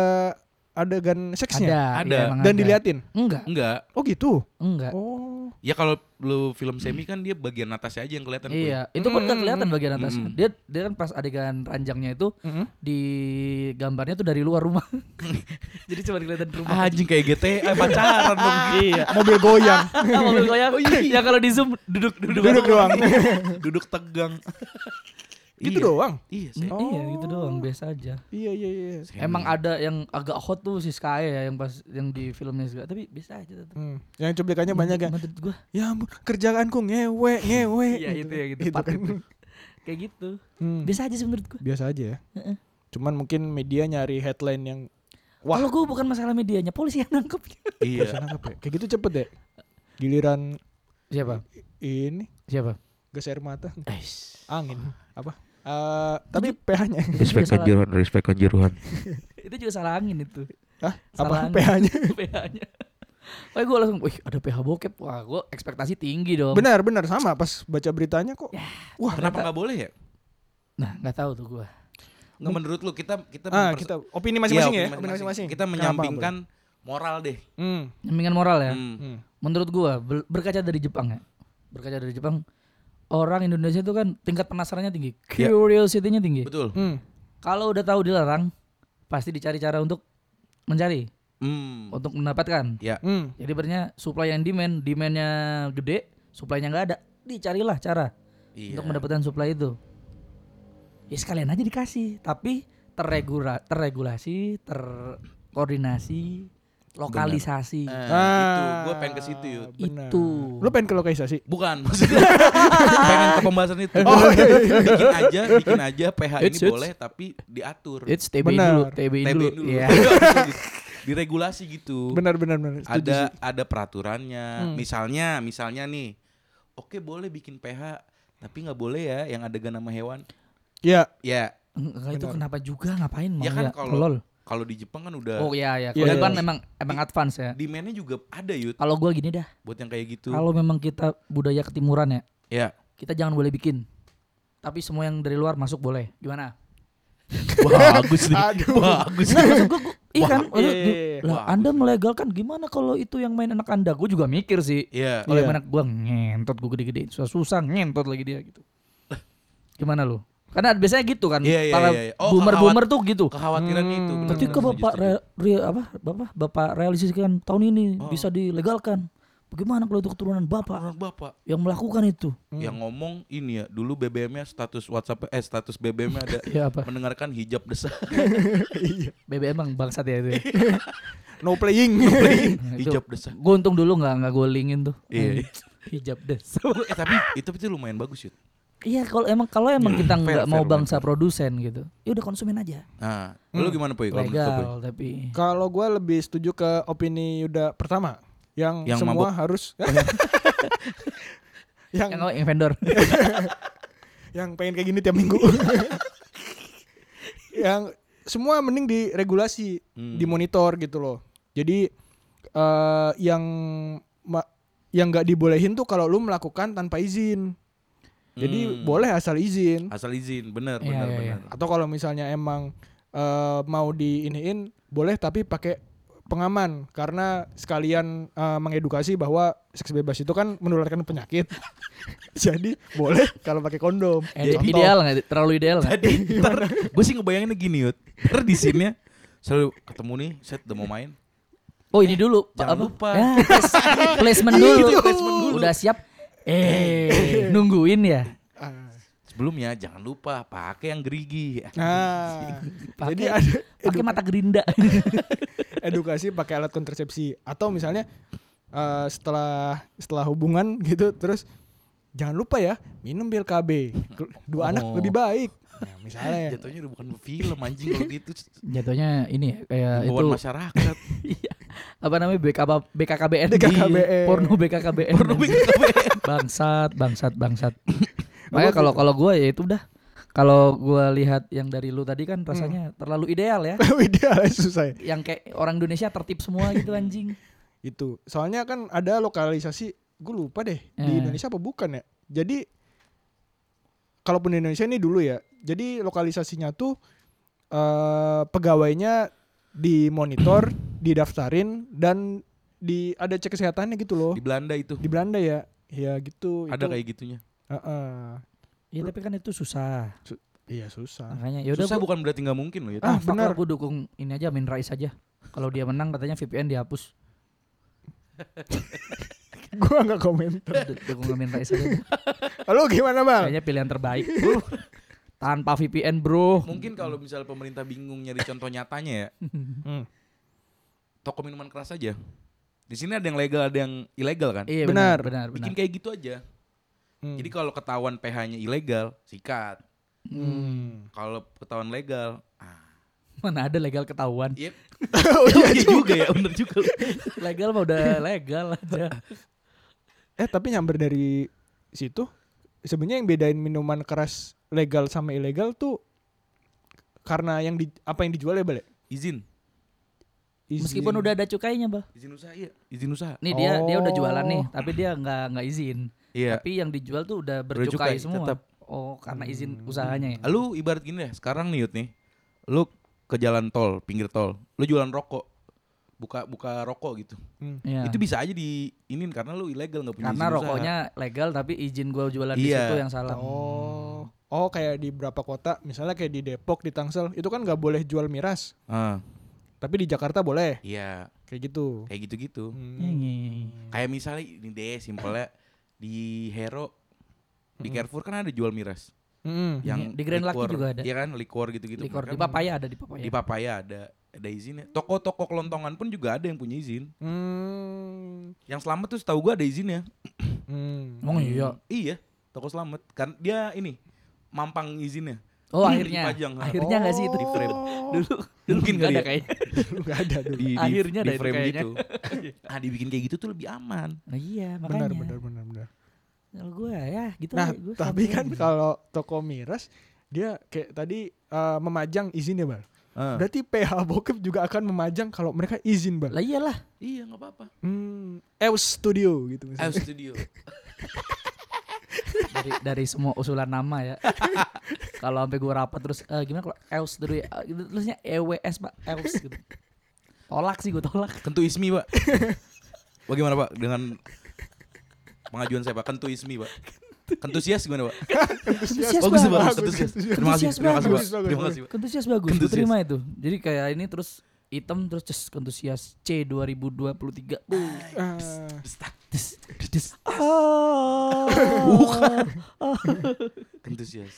Speaker 1: adegan seksnya
Speaker 2: Ada.
Speaker 3: iya,
Speaker 1: dan
Speaker 3: emang ada. Eh.
Speaker 1: diliatin.
Speaker 3: enggak
Speaker 2: Enggak.
Speaker 1: Oh gitu.
Speaker 3: enggak
Speaker 1: Oh.
Speaker 2: Ya kalau lu film semi kan dia bagian atasnya aja yang kelihatan. Puy.
Speaker 3: Iya, itu pun nggak kelihatan bagian atasnya.
Speaker 2: Mm-mm.
Speaker 3: Dia dia kan pas adegan ranjangnya itu
Speaker 1: Mm-mm.
Speaker 3: di gambarnya tuh dari luar rumah. Jadi cuma kelihatan rumah.
Speaker 2: Anjing kayak GTA eh, pacaran dong. Iya.
Speaker 1: Mobil goyang.
Speaker 3: Ah, mobil goyang. ya kalau di zoom duduk duduk.
Speaker 1: Duduk doang.
Speaker 2: Duduk tegang.
Speaker 1: gitu
Speaker 2: Iya.
Speaker 1: doang.
Speaker 2: Iya
Speaker 3: Iya,
Speaker 2: semi.
Speaker 3: Iya, gitu doang, biasa aja.
Speaker 1: Iya iya iya.
Speaker 2: Semi.
Speaker 3: Mm. Emang ada yang agak hot tuh si Sky ya yang pas yang di filmnya juga, tapi biasa aja tetap.
Speaker 1: Hmm. Yang cuplikannya banyak yang
Speaker 3: Menurut gua.
Speaker 1: ya ampun kerjaanku ngewe ngewe
Speaker 3: Iya, itu ya gitu.
Speaker 1: Itu
Speaker 3: part
Speaker 1: kan.
Speaker 3: itu. Kayak gitu.
Speaker 1: Hmm,
Speaker 3: Biasa aja sih menurut gua.
Speaker 1: biasa aja ya
Speaker 3: Heeh.
Speaker 1: cuman mungkin media nyari headline yang Wah.
Speaker 3: Kalau gua bukan masalah medianya, polisi yang nangkepnya.
Speaker 2: Iya.
Speaker 1: bisa nangkep ya. kayak gitu cepet deh giliran
Speaker 3: Siapa?
Speaker 1: ini
Speaker 3: Siapa?
Speaker 1: gas air mata
Speaker 3: Eish.
Speaker 1: angin apa Eh, tapi ph-nya
Speaker 3: Respect kanjuruhan,
Speaker 2: respect kanjuruhan.
Speaker 3: Itu juga salah angin itu.
Speaker 1: Hah?
Speaker 3: Salah
Speaker 1: apa
Speaker 3: angin.
Speaker 1: ph-nya
Speaker 3: PH-nya. Wah gue langsung, wih ada PH bokep, wah gue ekspektasi tinggi dong.
Speaker 1: Benar, benar sama pas baca beritanya kok. Wah,
Speaker 2: Kenapa nggak boleh ya?
Speaker 3: Nah nggak tahu tuh gue.
Speaker 2: Nggak menurut lu kita kita
Speaker 1: ah,
Speaker 2: memperse-
Speaker 1: kita opini
Speaker 2: Iya,
Speaker 1: masing-masing
Speaker 2: opini
Speaker 1: ya, opini masing-masing.
Speaker 2: Kita
Speaker 1: Kenapa,
Speaker 2: menyampingkan moral deh.
Speaker 1: Bro? Hmm.
Speaker 3: Jamingan moral ya.
Speaker 2: Hmm.
Speaker 1: hmm.
Speaker 3: Menurut gue berkaca dari Jepang ya. Berkaca dari Jepang, orang Indonesia tuh kan tingkat penasarannya tinggi,
Speaker 2: Iya.
Speaker 3: curiosity-nya tinggi.
Speaker 2: Betul.
Speaker 1: Hmm.
Speaker 3: Kalau udah tahu dilarang, pasti dicari cara untuk mencari,
Speaker 2: Hmm. ya,
Speaker 3: untuk mendapatkan.
Speaker 1: Hmm.
Speaker 3: Jadi berarti supply and demand, demandnya gede, supply-nya nggak ada, dicarilah cara
Speaker 2: Iya.
Speaker 3: untuk mendapatkan supply itu. Ya sekalian aja dikasih, tapi terregula terregulasi, terkoordinasi, lokalisasi
Speaker 2: Eh,
Speaker 1: Ah,
Speaker 2: itu gue pengen ke situ yuk.
Speaker 1: benar.
Speaker 3: itu.
Speaker 1: Lu pengen ke lokalisasi?
Speaker 2: Bukan maksudnya pengen ke pembahasan itu.
Speaker 1: Oh, iya, iya, iya.
Speaker 2: bikin aja, bikin aja PH
Speaker 3: It's-
Speaker 2: ini
Speaker 3: it's-
Speaker 2: boleh tapi diatur.
Speaker 3: It's TB
Speaker 1: Benar.
Speaker 3: dulu, TB dulu.
Speaker 2: TB dulu.
Speaker 3: Iya.
Speaker 2: Diregulasi gitu.
Speaker 1: Benar, benar, benar. Setuju
Speaker 2: ada
Speaker 1: sih.
Speaker 2: ada
Speaker 1: Hmm.
Speaker 2: peraturannya. Misalnya, misalnya nih, oke boleh bikin PH, tapi nggak boleh ya yang adegan nama hewan.
Speaker 1: Ya,
Speaker 2: Ya,
Speaker 3: Enggak, itu
Speaker 1: Benar.
Speaker 3: kenapa juga ngapain mau
Speaker 2: Ya kan
Speaker 3: ya?
Speaker 2: kalau-
Speaker 3: tolol.
Speaker 2: kalau di Jepang kan udah
Speaker 3: Oh iya iya,
Speaker 1: Iya,
Speaker 3: kalau Jepang
Speaker 1: iya.
Speaker 3: memang emang advance ya.
Speaker 2: demand-nya juga ada yut
Speaker 3: Kalau gua gini dah,
Speaker 2: buat yang kayak gitu.
Speaker 3: kalau memang kita budaya ketimuran ya,
Speaker 2: Ya.
Speaker 3: kita jangan boleh bikin. Tapi semua yang dari luar masuk boleh. Gimana?
Speaker 2: Bagus nih.
Speaker 1: Aduh.
Speaker 2: Bagus.
Speaker 3: Nah, maksud gua, gua- iya kan?
Speaker 2: Wah,
Speaker 3: Maksud
Speaker 1: iya, iya,
Speaker 3: gua,
Speaker 1: iya.
Speaker 3: lah,
Speaker 2: Wah,
Speaker 3: Anda melegalkan gimana kalau itu yang main anak Anda? Gue juga mikir sih.
Speaker 2: Iya.
Speaker 3: Kalau
Speaker 1: Iya.
Speaker 3: yang anak gua ngentot gue gede-gedein, susah, susah ngentot lagi dia gitu. Gimana lu? Karena biasanya gitu kan,
Speaker 2: Iya, iya,
Speaker 3: para
Speaker 2: iya, iya. Oh,
Speaker 3: boomer-boomer tuh gitu.
Speaker 2: Kekhawatiran itu. benar,
Speaker 3: Ketika
Speaker 2: benar,
Speaker 3: bapak
Speaker 2: setuju, setuju.
Speaker 3: re, re- apa bapak bapak realisasikan tahun ini
Speaker 2: Oh.
Speaker 3: bisa dilegalkan, bagaimana kalau itu keturunan bapak
Speaker 2: Orang bapak
Speaker 3: yang melakukan itu?
Speaker 2: yang ngomong ini ya dulu BBM-nya status WhatsApp eh status BBM-nya ada
Speaker 3: Ya apa?
Speaker 2: mendengarkan hijab desa
Speaker 1: iya.
Speaker 3: BBM emang bangsat ya itu. ya.
Speaker 1: No playing.
Speaker 3: Itu-
Speaker 2: hijab desa
Speaker 3: Gue untung dulu nggak nggak gue linkin tuh.
Speaker 2: Iya.
Speaker 3: Hijab desa.
Speaker 2: eh tapi itu itu lumayan bagus yut
Speaker 3: Iya kalau emang kalau emang kita
Speaker 2: Hmm, Fair,
Speaker 3: nggak mau
Speaker 2: fair,
Speaker 3: bangsa produsen gitu, ya udah konsumen aja.
Speaker 2: nah lu gimana poy kalau menurut lu, Puy?
Speaker 3: Hmm. Legal tapi
Speaker 1: Kalau gue lebih setuju ke opini Yuda pertama, yang,
Speaker 2: Yang
Speaker 1: semua
Speaker 2: mabuk.
Speaker 1: harus yang
Speaker 3: yang, yang vendor.
Speaker 1: yang pengen kayak gini tiap minggu. yang semua mending diregulasi,
Speaker 2: Hmm.
Speaker 1: dimonitor gitu loh. Jadi eh yang ma- yang nggak dibolehin tuh kalau lu melakukan tanpa izin. Jadi
Speaker 2: Hmm.
Speaker 1: boleh asal izin.
Speaker 2: asal izin bener
Speaker 3: Iya,
Speaker 2: bener
Speaker 3: iya,
Speaker 2: bener
Speaker 1: Atau kalau misalnya emang eh, mau diiniin boleh tapi pakai pengaman karena sekalian eh, mengedukasi bahwa seks bebas itu kan menularkan penyakit. Jadi boleh kalau pakai kondom.
Speaker 3: Eh,
Speaker 1: Contoh.
Speaker 3: ideal nggak? Terlalu ideal nggak?
Speaker 2: tadi ntar gue sih ngebayanginnya gini yut ntar di sini selalu ketemu nih set udah mau main
Speaker 3: Oh ini dulu. Pak,
Speaker 2: jangan lupa.
Speaker 3: Ya, place- placement dulu.
Speaker 2: Iya, placement dulu.
Speaker 3: Udah siap. Eh nungguin ya.
Speaker 1: Ah.
Speaker 2: sebelumnya jangan lupa pakai yang gerigi
Speaker 3: Ah.
Speaker 1: Nah,
Speaker 3: Pakai-
Speaker 1: jadi ada
Speaker 3: Pakai mata gerinda.
Speaker 1: edukasi pakai alat kontrasepsi atau misalnya eh, setelah setelah hubungan gitu terus jangan lupa ya minum pil KB. Dua anak
Speaker 2: Oh.
Speaker 1: lebih baik. Nah,
Speaker 3: ya.
Speaker 1: misalnya.
Speaker 2: jatuhnya udah bukan film anjing kalau gitu
Speaker 3: Jatuhnya ini ya, kayak
Speaker 2: Himbauan
Speaker 3: itu
Speaker 2: masyarakat
Speaker 3: Iya. apa namanya BK, BKKBN,
Speaker 1: BKKBN.
Speaker 3: porno BKKBN
Speaker 2: Porno BKKBN.
Speaker 3: bangsat bangsat bangsat makanya kalau kalau gue ya itu udah kalau gua lihat yang dari lu tadi kan rasanya terlalu ideal ya
Speaker 1: Idealnya susah ya.
Speaker 3: yang kayak orang Indonesia tertib semua gitu anjing
Speaker 1: itu soalnya kan ada lokalisasi gue lupa deh di
Speaker 3: Eh.
Speaker 1: Indonesia apa bukan ya jadi kalaupun di Indonesia ini dulu ya jadi lokalisasinya tuh eh pegawainya dimonitor didaftarin dan di ada cek kesehatannya gitu
Speaker 3: Oh.
Speaker 1: loh
Speaker 2: di Belanda itu
Speaker 1: di Belanda ya ya gitu
Speaker 2: ada
Speaker 1: itu,
Speaker 2: kayak gitunya
Speaker 1: Heeh.
Speaker 3: ya tapi kan itu susah
Speaker 1: iya susah
Speaker 3: makanya ya udah
Speaker 2: susah bukan berarti nggak mungkin loh yut
Speaker 1: Ah,
Speaker 3: ah,
Speaker 1: benar.
Speaker 3: benar gue dukung ini aja Amin Rais aja kalau dia menang katanya VPN dihapus
Speaker 1: gua nggak komentar
Speaker 3: Du- dukung Amin Rais aja
Speaker 1: lo gimana bang
Speaker 3: kayaknya pilihan terbaik tanpa VPN bro
Speaker 2: mungkin kalau misalnya pemerintah bingung nyari contoh nyatanya ya
Speaker 1: Hmm.
Speaker 2: toko minuman keras aja di sini ada yang legal ada yang ilegal kan
Speaker 3: Iya
Speaker 1: Benar.
Speaker 3: benar, benar, benar.
Speaker 2: bikin kayak gitu aja
Speaker 1: Hmm.
Speaker 2: jadi kalau ketahuan PH-nya ilegal sikat
Speaker 1: Hmm.
Speaker 2: kalau ketahuan legal ah
Speaker 3: Mana ada legal ketahuan?
Speaker 2: yep. oh, iya juga ya bener juga
Speaker 3: Legal mah udah legal aja.
Speaker 1: Eh tapi nyamber dari situ sebenarnya yang bedain minuman keras legal sama ilegal tuh karena yang di apa yang dijual ya balik
Speaker 2: izin
Speaker 1: ya? izin-
Speaker 3: Meskipun udah ada cukainya, Bal.
Speaker 2: Izin usaha iya, izin usaha.
Speaker 3: Nih dia dia udah jualan
Speaker 1: Oh.
Speaker 3: nih, tapi dia nggak nggak izin.
Speaker 2: Iya.
Speaker 3: Tapi yang dijual tuh udah
Speaker 2: cukai,
Speaker 3: bercukai semua.
Speaker 2: tetap.
Speaker 3: Oh, karena izin usahanya ya.
Speaker 2: Lu ibarat gini deh, sekarang nih Yud nih. Lu ke jalan tol, pinggir tol. Lu jualan rokok. Buka buka rokok gitu.
Speaker 1: Hmm.
Speaker 3: Iya.
Speaker 2: Itu bisa aja diinin karena lu ilegal nggak punya
Speaker 3: karena
Speaker 2: izin usaha.
Speaker 3: rokoknya legal tapi izin gua jualan di
Speaker 2: Iya.
Speaker 3: situ yang salah.
Speaker 1: Oh. Oh kayak di berapa kota, misalnya kayak di Depok, di Tangsel, itu kan nggak boleh jual miras,
Speaker 2: Ah,
Speaker 1: tapi di Jakarta boleh,
Speaker 2: iya,
Speaker 1: kayak
Speaker 3: Ya,
Speaker 1: gitu.
Speaker 2: kayak gitu-gitu.
Speaker 3: Iya,
Speaker 1: Hmm.
Speaker 3: iya, iya.
Speaker 2: Kayak misalnya ini deh simpelnya di Hero di Carrefour kan ada jual miras
Speaker 1: Mm-mm.
Speaker 2: yang
Speaker 3: Hmm. Di Grand Lucky
Speaker 2: liquor.
Speaker 3: juga ada.
Speaker 2: Iya kan liquor gitu-gitu.
Speaker 3: Likor
Speaker 2: Kan
Speaker 3: di papaya ada di papaya.
Speaker 2: di Papaya ada ada izinnya. Toko-toko kelontongan pun juga ada yang punya izin.
Speaker 1: Hmm.
Speaker 2: Yang selamat tuh setahu gua ada izinnya.
Speaker 1: Hmm.
Speaker 3: Emang iya.
Speaker 2: Iya, toko selamat. Kan dia ini mampang izinnya.
Speaker 3: Oh,
Speaker 2: Hmm,
Speaker 3: akhirnya.
Speaker 2: dipajang.
Speaker 3: Akhirnya nggak sih itu?
Speaker 2: Di frame.
Speaker 3: Dulu dulu
Speaker 2: Mungkin
Speaker 3: nggak
Speaker 2: kali
Speaker 3: ada
Speaker 2: ya.
Speaker 3: kayaknya.
Speaker 1: Oh. Dulu nggak ada dulu.
Speaker 2: Di, di-
Speaker 3: Akhirnya
Speaker 2: di
Speaker 3: dah itu
Speaker 2: frame
Speaker 3: kayaknya.
Speaker 2: gitu. ah, dibikin kayak gitu tuh lebih aman.
Speaker 3: Nah, iya, makanya.
Speaker 1: Benar, benar, benar, benar.
Speaker 3: Kalau gua ya gitu
Speaker 1: Nah,
Speaker 3: lah, gua
Speaker 1: tapi
Speaker 3: santai
Speaker 1: kan
Speaker 3: aja.
Speaker 1: kalau toko miras dia kayak tadi eh, memajang izinnya, Bal.
Speaker 2: Ah.
Speaker 1: Berarti PH Bokep juga akan memajang kalau mereka izin, Bal.
Speaker 3: lah iyalah.
Speaker 2: Iya, nggak apa-apa.
Speaker 1: Hmm, EW Studio gitu
Speaker 2: Ayo
Speaker 1: misalnya.
Speaker 2: studio.
Speaker 3: dari dari semua usulan nama ya. kalau sampai gua rapat terus eh, gimana kalau EWS dulu ya? Eh, gitu, terusnya EWS Pak, EWS gitu. Tolak sih gua tolak.
Speaker 2: Kentu Ismi, Pak. Bagaimana, Pak? Dengan pengajuan saya, Pak. Kentu Ismi, Pak. Kentusias gimana, Pak?
Speaker 3: Antusias,
Speaker 2: Bagus, Pak.
Speaker 3: Bang.
Speaker 1: Bagus,
Speaker 2: Kentusias.
Speaker 1: kentusias.
Speaker 2: Terima kasih,
Speaker 3: Kentusias,
Speaker 2: terima
Speaker 1: bagus,
Speaker 2: kasih, Pak.
Speaker 1: bagus,
Speaker 2: Terima kasih, Pak.
Speaker 3: Kentusias bagus, gue
Speaker 2: Kentusias.
Speaker 3: terima itu. Jadi kayak ini terus hitam terus ces kentusias C 2023. Uh,
Speaker 1: Ah,
Speaker 3: des, des, des. Bukan.
Speaker 1: Gitu.
Speaker 2: Kentusias.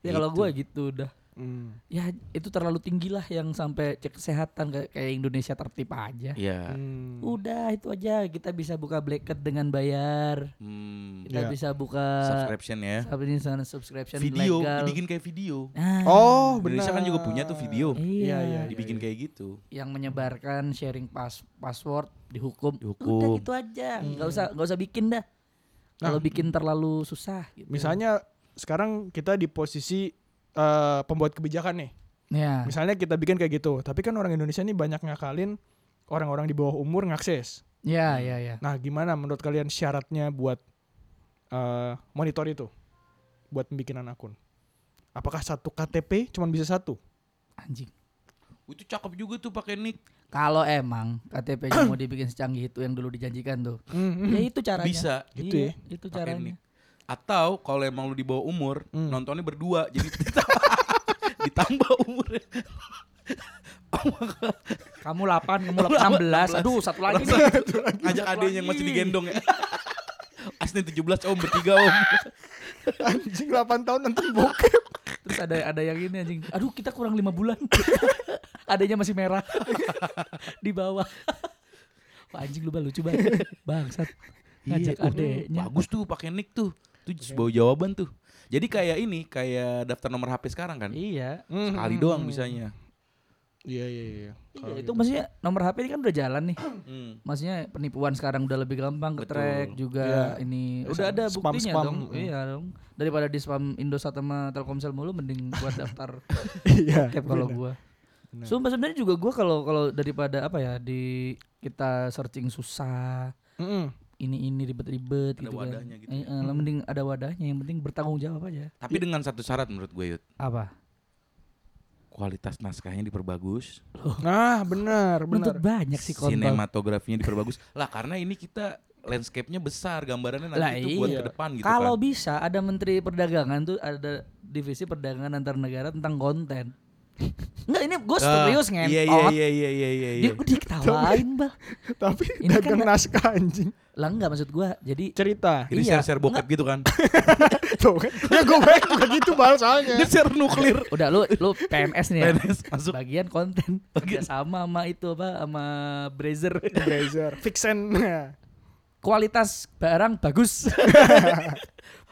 Speaker 3: ya kalau gue gitu udah.
Speaker 1: hmm.
Speaker 3: Ya itu terlalu tinggi lah yang sampai cek kesehatan kayak, kayak Indonesia tertib aja.
Speaker 2: Iya.
Speaker 1: Hmm.
Speaker 3: Udah itu aja kita bisa buka blanket dengan bayar.
Speaker 2: Hmm,
Speaker 3: Kita
Speaker 1: Iya.
Speaker 3: bisa buka
Speaker 2: subscription ya.
Speaker 3: subscription, subscription
Speaker 2: Video,
Speaker 3: legal.
Speaker 2: dibikin kayak video.
Speaker 3: Nah,
Speaker 1: Oh, benar.
Speaker 2: Indonesia kan juga punya tuh video.
Speaker 1: Iya, iya,
Speaker 3: Iya,
Speaker 1: iya.
Speaker 2: Dibikin kayak gitu.
Speaker 3: yang menyebarkan sharing pas password dihukum.
Speaker 2: Dihukum.
Speaker 3: Udah gitu aja,
Speaker 1: Hmm.
Speaker 3: nggak usah nggak usah bikin dah. Kalau bikin terlalu susah. Gitu.
Speaker 1: Nah. Misalnya sekarang kita di posisi eh, pembuat kebijakan nih.
Speaker 3: ya.
Speaker 1: Misalnya kita bikin kayak gitu, tapi kan orang Indonesia ini banyak ngakalin orang-orang di bawah umur ngakses.
Speaker 3: ya, ya, ya.
Speaker 1: Nah, gimana menurut kalian syaratnya buat eh, monitor itu? Buat pembikinan akun. Apakah satu KTP cuman bisa satu?
Speaker 3: Anjing.
Speaker 2: Itu cakep juga tuh pakai nick.
Speaker 3: Kalau emang KTP-nya mau dibikin secanggih itu yang dulu dijanjikan tuh,
Speaker 1: Hmm.
Speaker 3: ya itu caranya.
Speaker 2: Bisa.
Speaker 1: Gitu
Speaker 3: Iya,
Speaker 1: ya.
Speaker 3: Itu
Speaker 2: Pakai
Speaker 3: caranya.
Speaker 2: nick. Atau kalau emang lu di bawah umur,
Speaker 1: Hmm.
Speaker 2: nontonnya berdua. Jadi ditambah umurnya.
Speaker 3: Kamu 8, kamu 8, 16. Aduh, satu lagi nih.
Speaker 2: Ngajak adenya yang masih digendong ya. Asli 17 om, oh, bertiga om.
Speaker 1: Anjing 8 tahun nonton bokep.
Speaker 3: Terus ada ada yang ini anjing. Aduh, kita kurang 5 bulan. Adanya masih merah. Di bawah. Wah, anjing lu Bal, lucu banget. Bangsat. Ngajak
Speaker 2: Iya,
Speaker 3: adeknya.
Speaker 2: Bagus tuh pakai nick tuh. Itu sebuah jawaban tuh. Jadi kayak ini, kayak daftar nomor HP sekarang kan.
Speaker 3: Iya.
Speaker 2: Sekali doang bisanya.
Speaker 1: Iya, iya, iya. Kalau
Speaker 3: Iya, itu
Speaker 1: gitu.
Speaker 3: maksudnya nomor HP ini kan udah jalan nih.
Speaker 2: Hmm.
Speaker 3: Maksudnya penipuan sekarang udah lebih gampang ke
Speaker 2: Betul.
Speaker 3: track juga
Speaker 1: Iya.
Speaker 3: ini. Udah ada
Speaker 1: Spam-spam.
Speaker 3: buktinya dong.
Speaker 1: Mm.
Speaker 3: Iya dong. Daripada di spam Indosat sama Telkomsel mulu mending buat daftar
Speaker 1: Iya.
Speaker 3: cap kalau
Speaker 1: benar.
Speaker 3: gua.
Speaker 1: Benar.
Speaker 3: Sumpah sebenarnya juga gua kalau kalau daripada apa ya di kita searching susah
Speaker 1: Mm-mm.
Speaker 3: ini ini ribet-ribet
Speaker 2: Ada
Speaker 3: gitu
Speaker 2: wadahnya
Speaker 3: kan.
Speaker 2: gitu
Speaker 3: Eh, eh, lah mending ada wadahnya yang penting bertanggung jawab aja.
Speaker 2: Tapi dengan satu syarat menurut gue Yud.
Speaker 3: Apa?
Speaker 2: Kualitas naskahnya diperbagus.
Speaker 1: Nah, benar, benar.
Speaker 3: Menuntut banyak sih kontol.
Speaker 2: Sinematografinya diperbagus. lah karena ini kita landscape-nya besar, gambarannya nanti
Speaker 3: Lah,
Speaker 2: itu buat
Speaker 1: iya.
Speaker 2: ke depan gitu
Speaker 3: Kalau
Speaker 2: kan.
Speaker 3: bisa ada menteri perdagangan tuh ada divisi perdagangan antar negara tentang konten. Enggak ini gue serius
Speaker 2: Ah,
Speaker 3: ngentot.
Speaker 2: Iya iya iya iya iya iya.
Speaker 3: Dia gue diketawain bah.
Speaker 1: Tapi
Speaker 3: Ini
Speaker 1: dagang
Speaker 3: kan-
Speaker 1: naskah anjing.
Speaker 3: Lah enggak maksud gue. Jadi
Speaker 1: Cerita.
Speaker 2: Jadi
Speaker 3: Iya,
Speaker 2: share-share bokep gitu kan.
Speaker 1: Tuh kan. Ya gue baik juga gitu bal soalnya.
Speaker 2: Dia share nuklir.
Speaker 3: udah lu lu PNS nih ya.
Speaker 2: PNS masuk.
Speaker 3: Bagian konten.
Speaker 2: Bagian.
Speaker 3: Kerja sama sama itu apa sama Brazer.
Speaker 1: Blazer, Vixen.
Speaker 3: Kualitas barang bagus.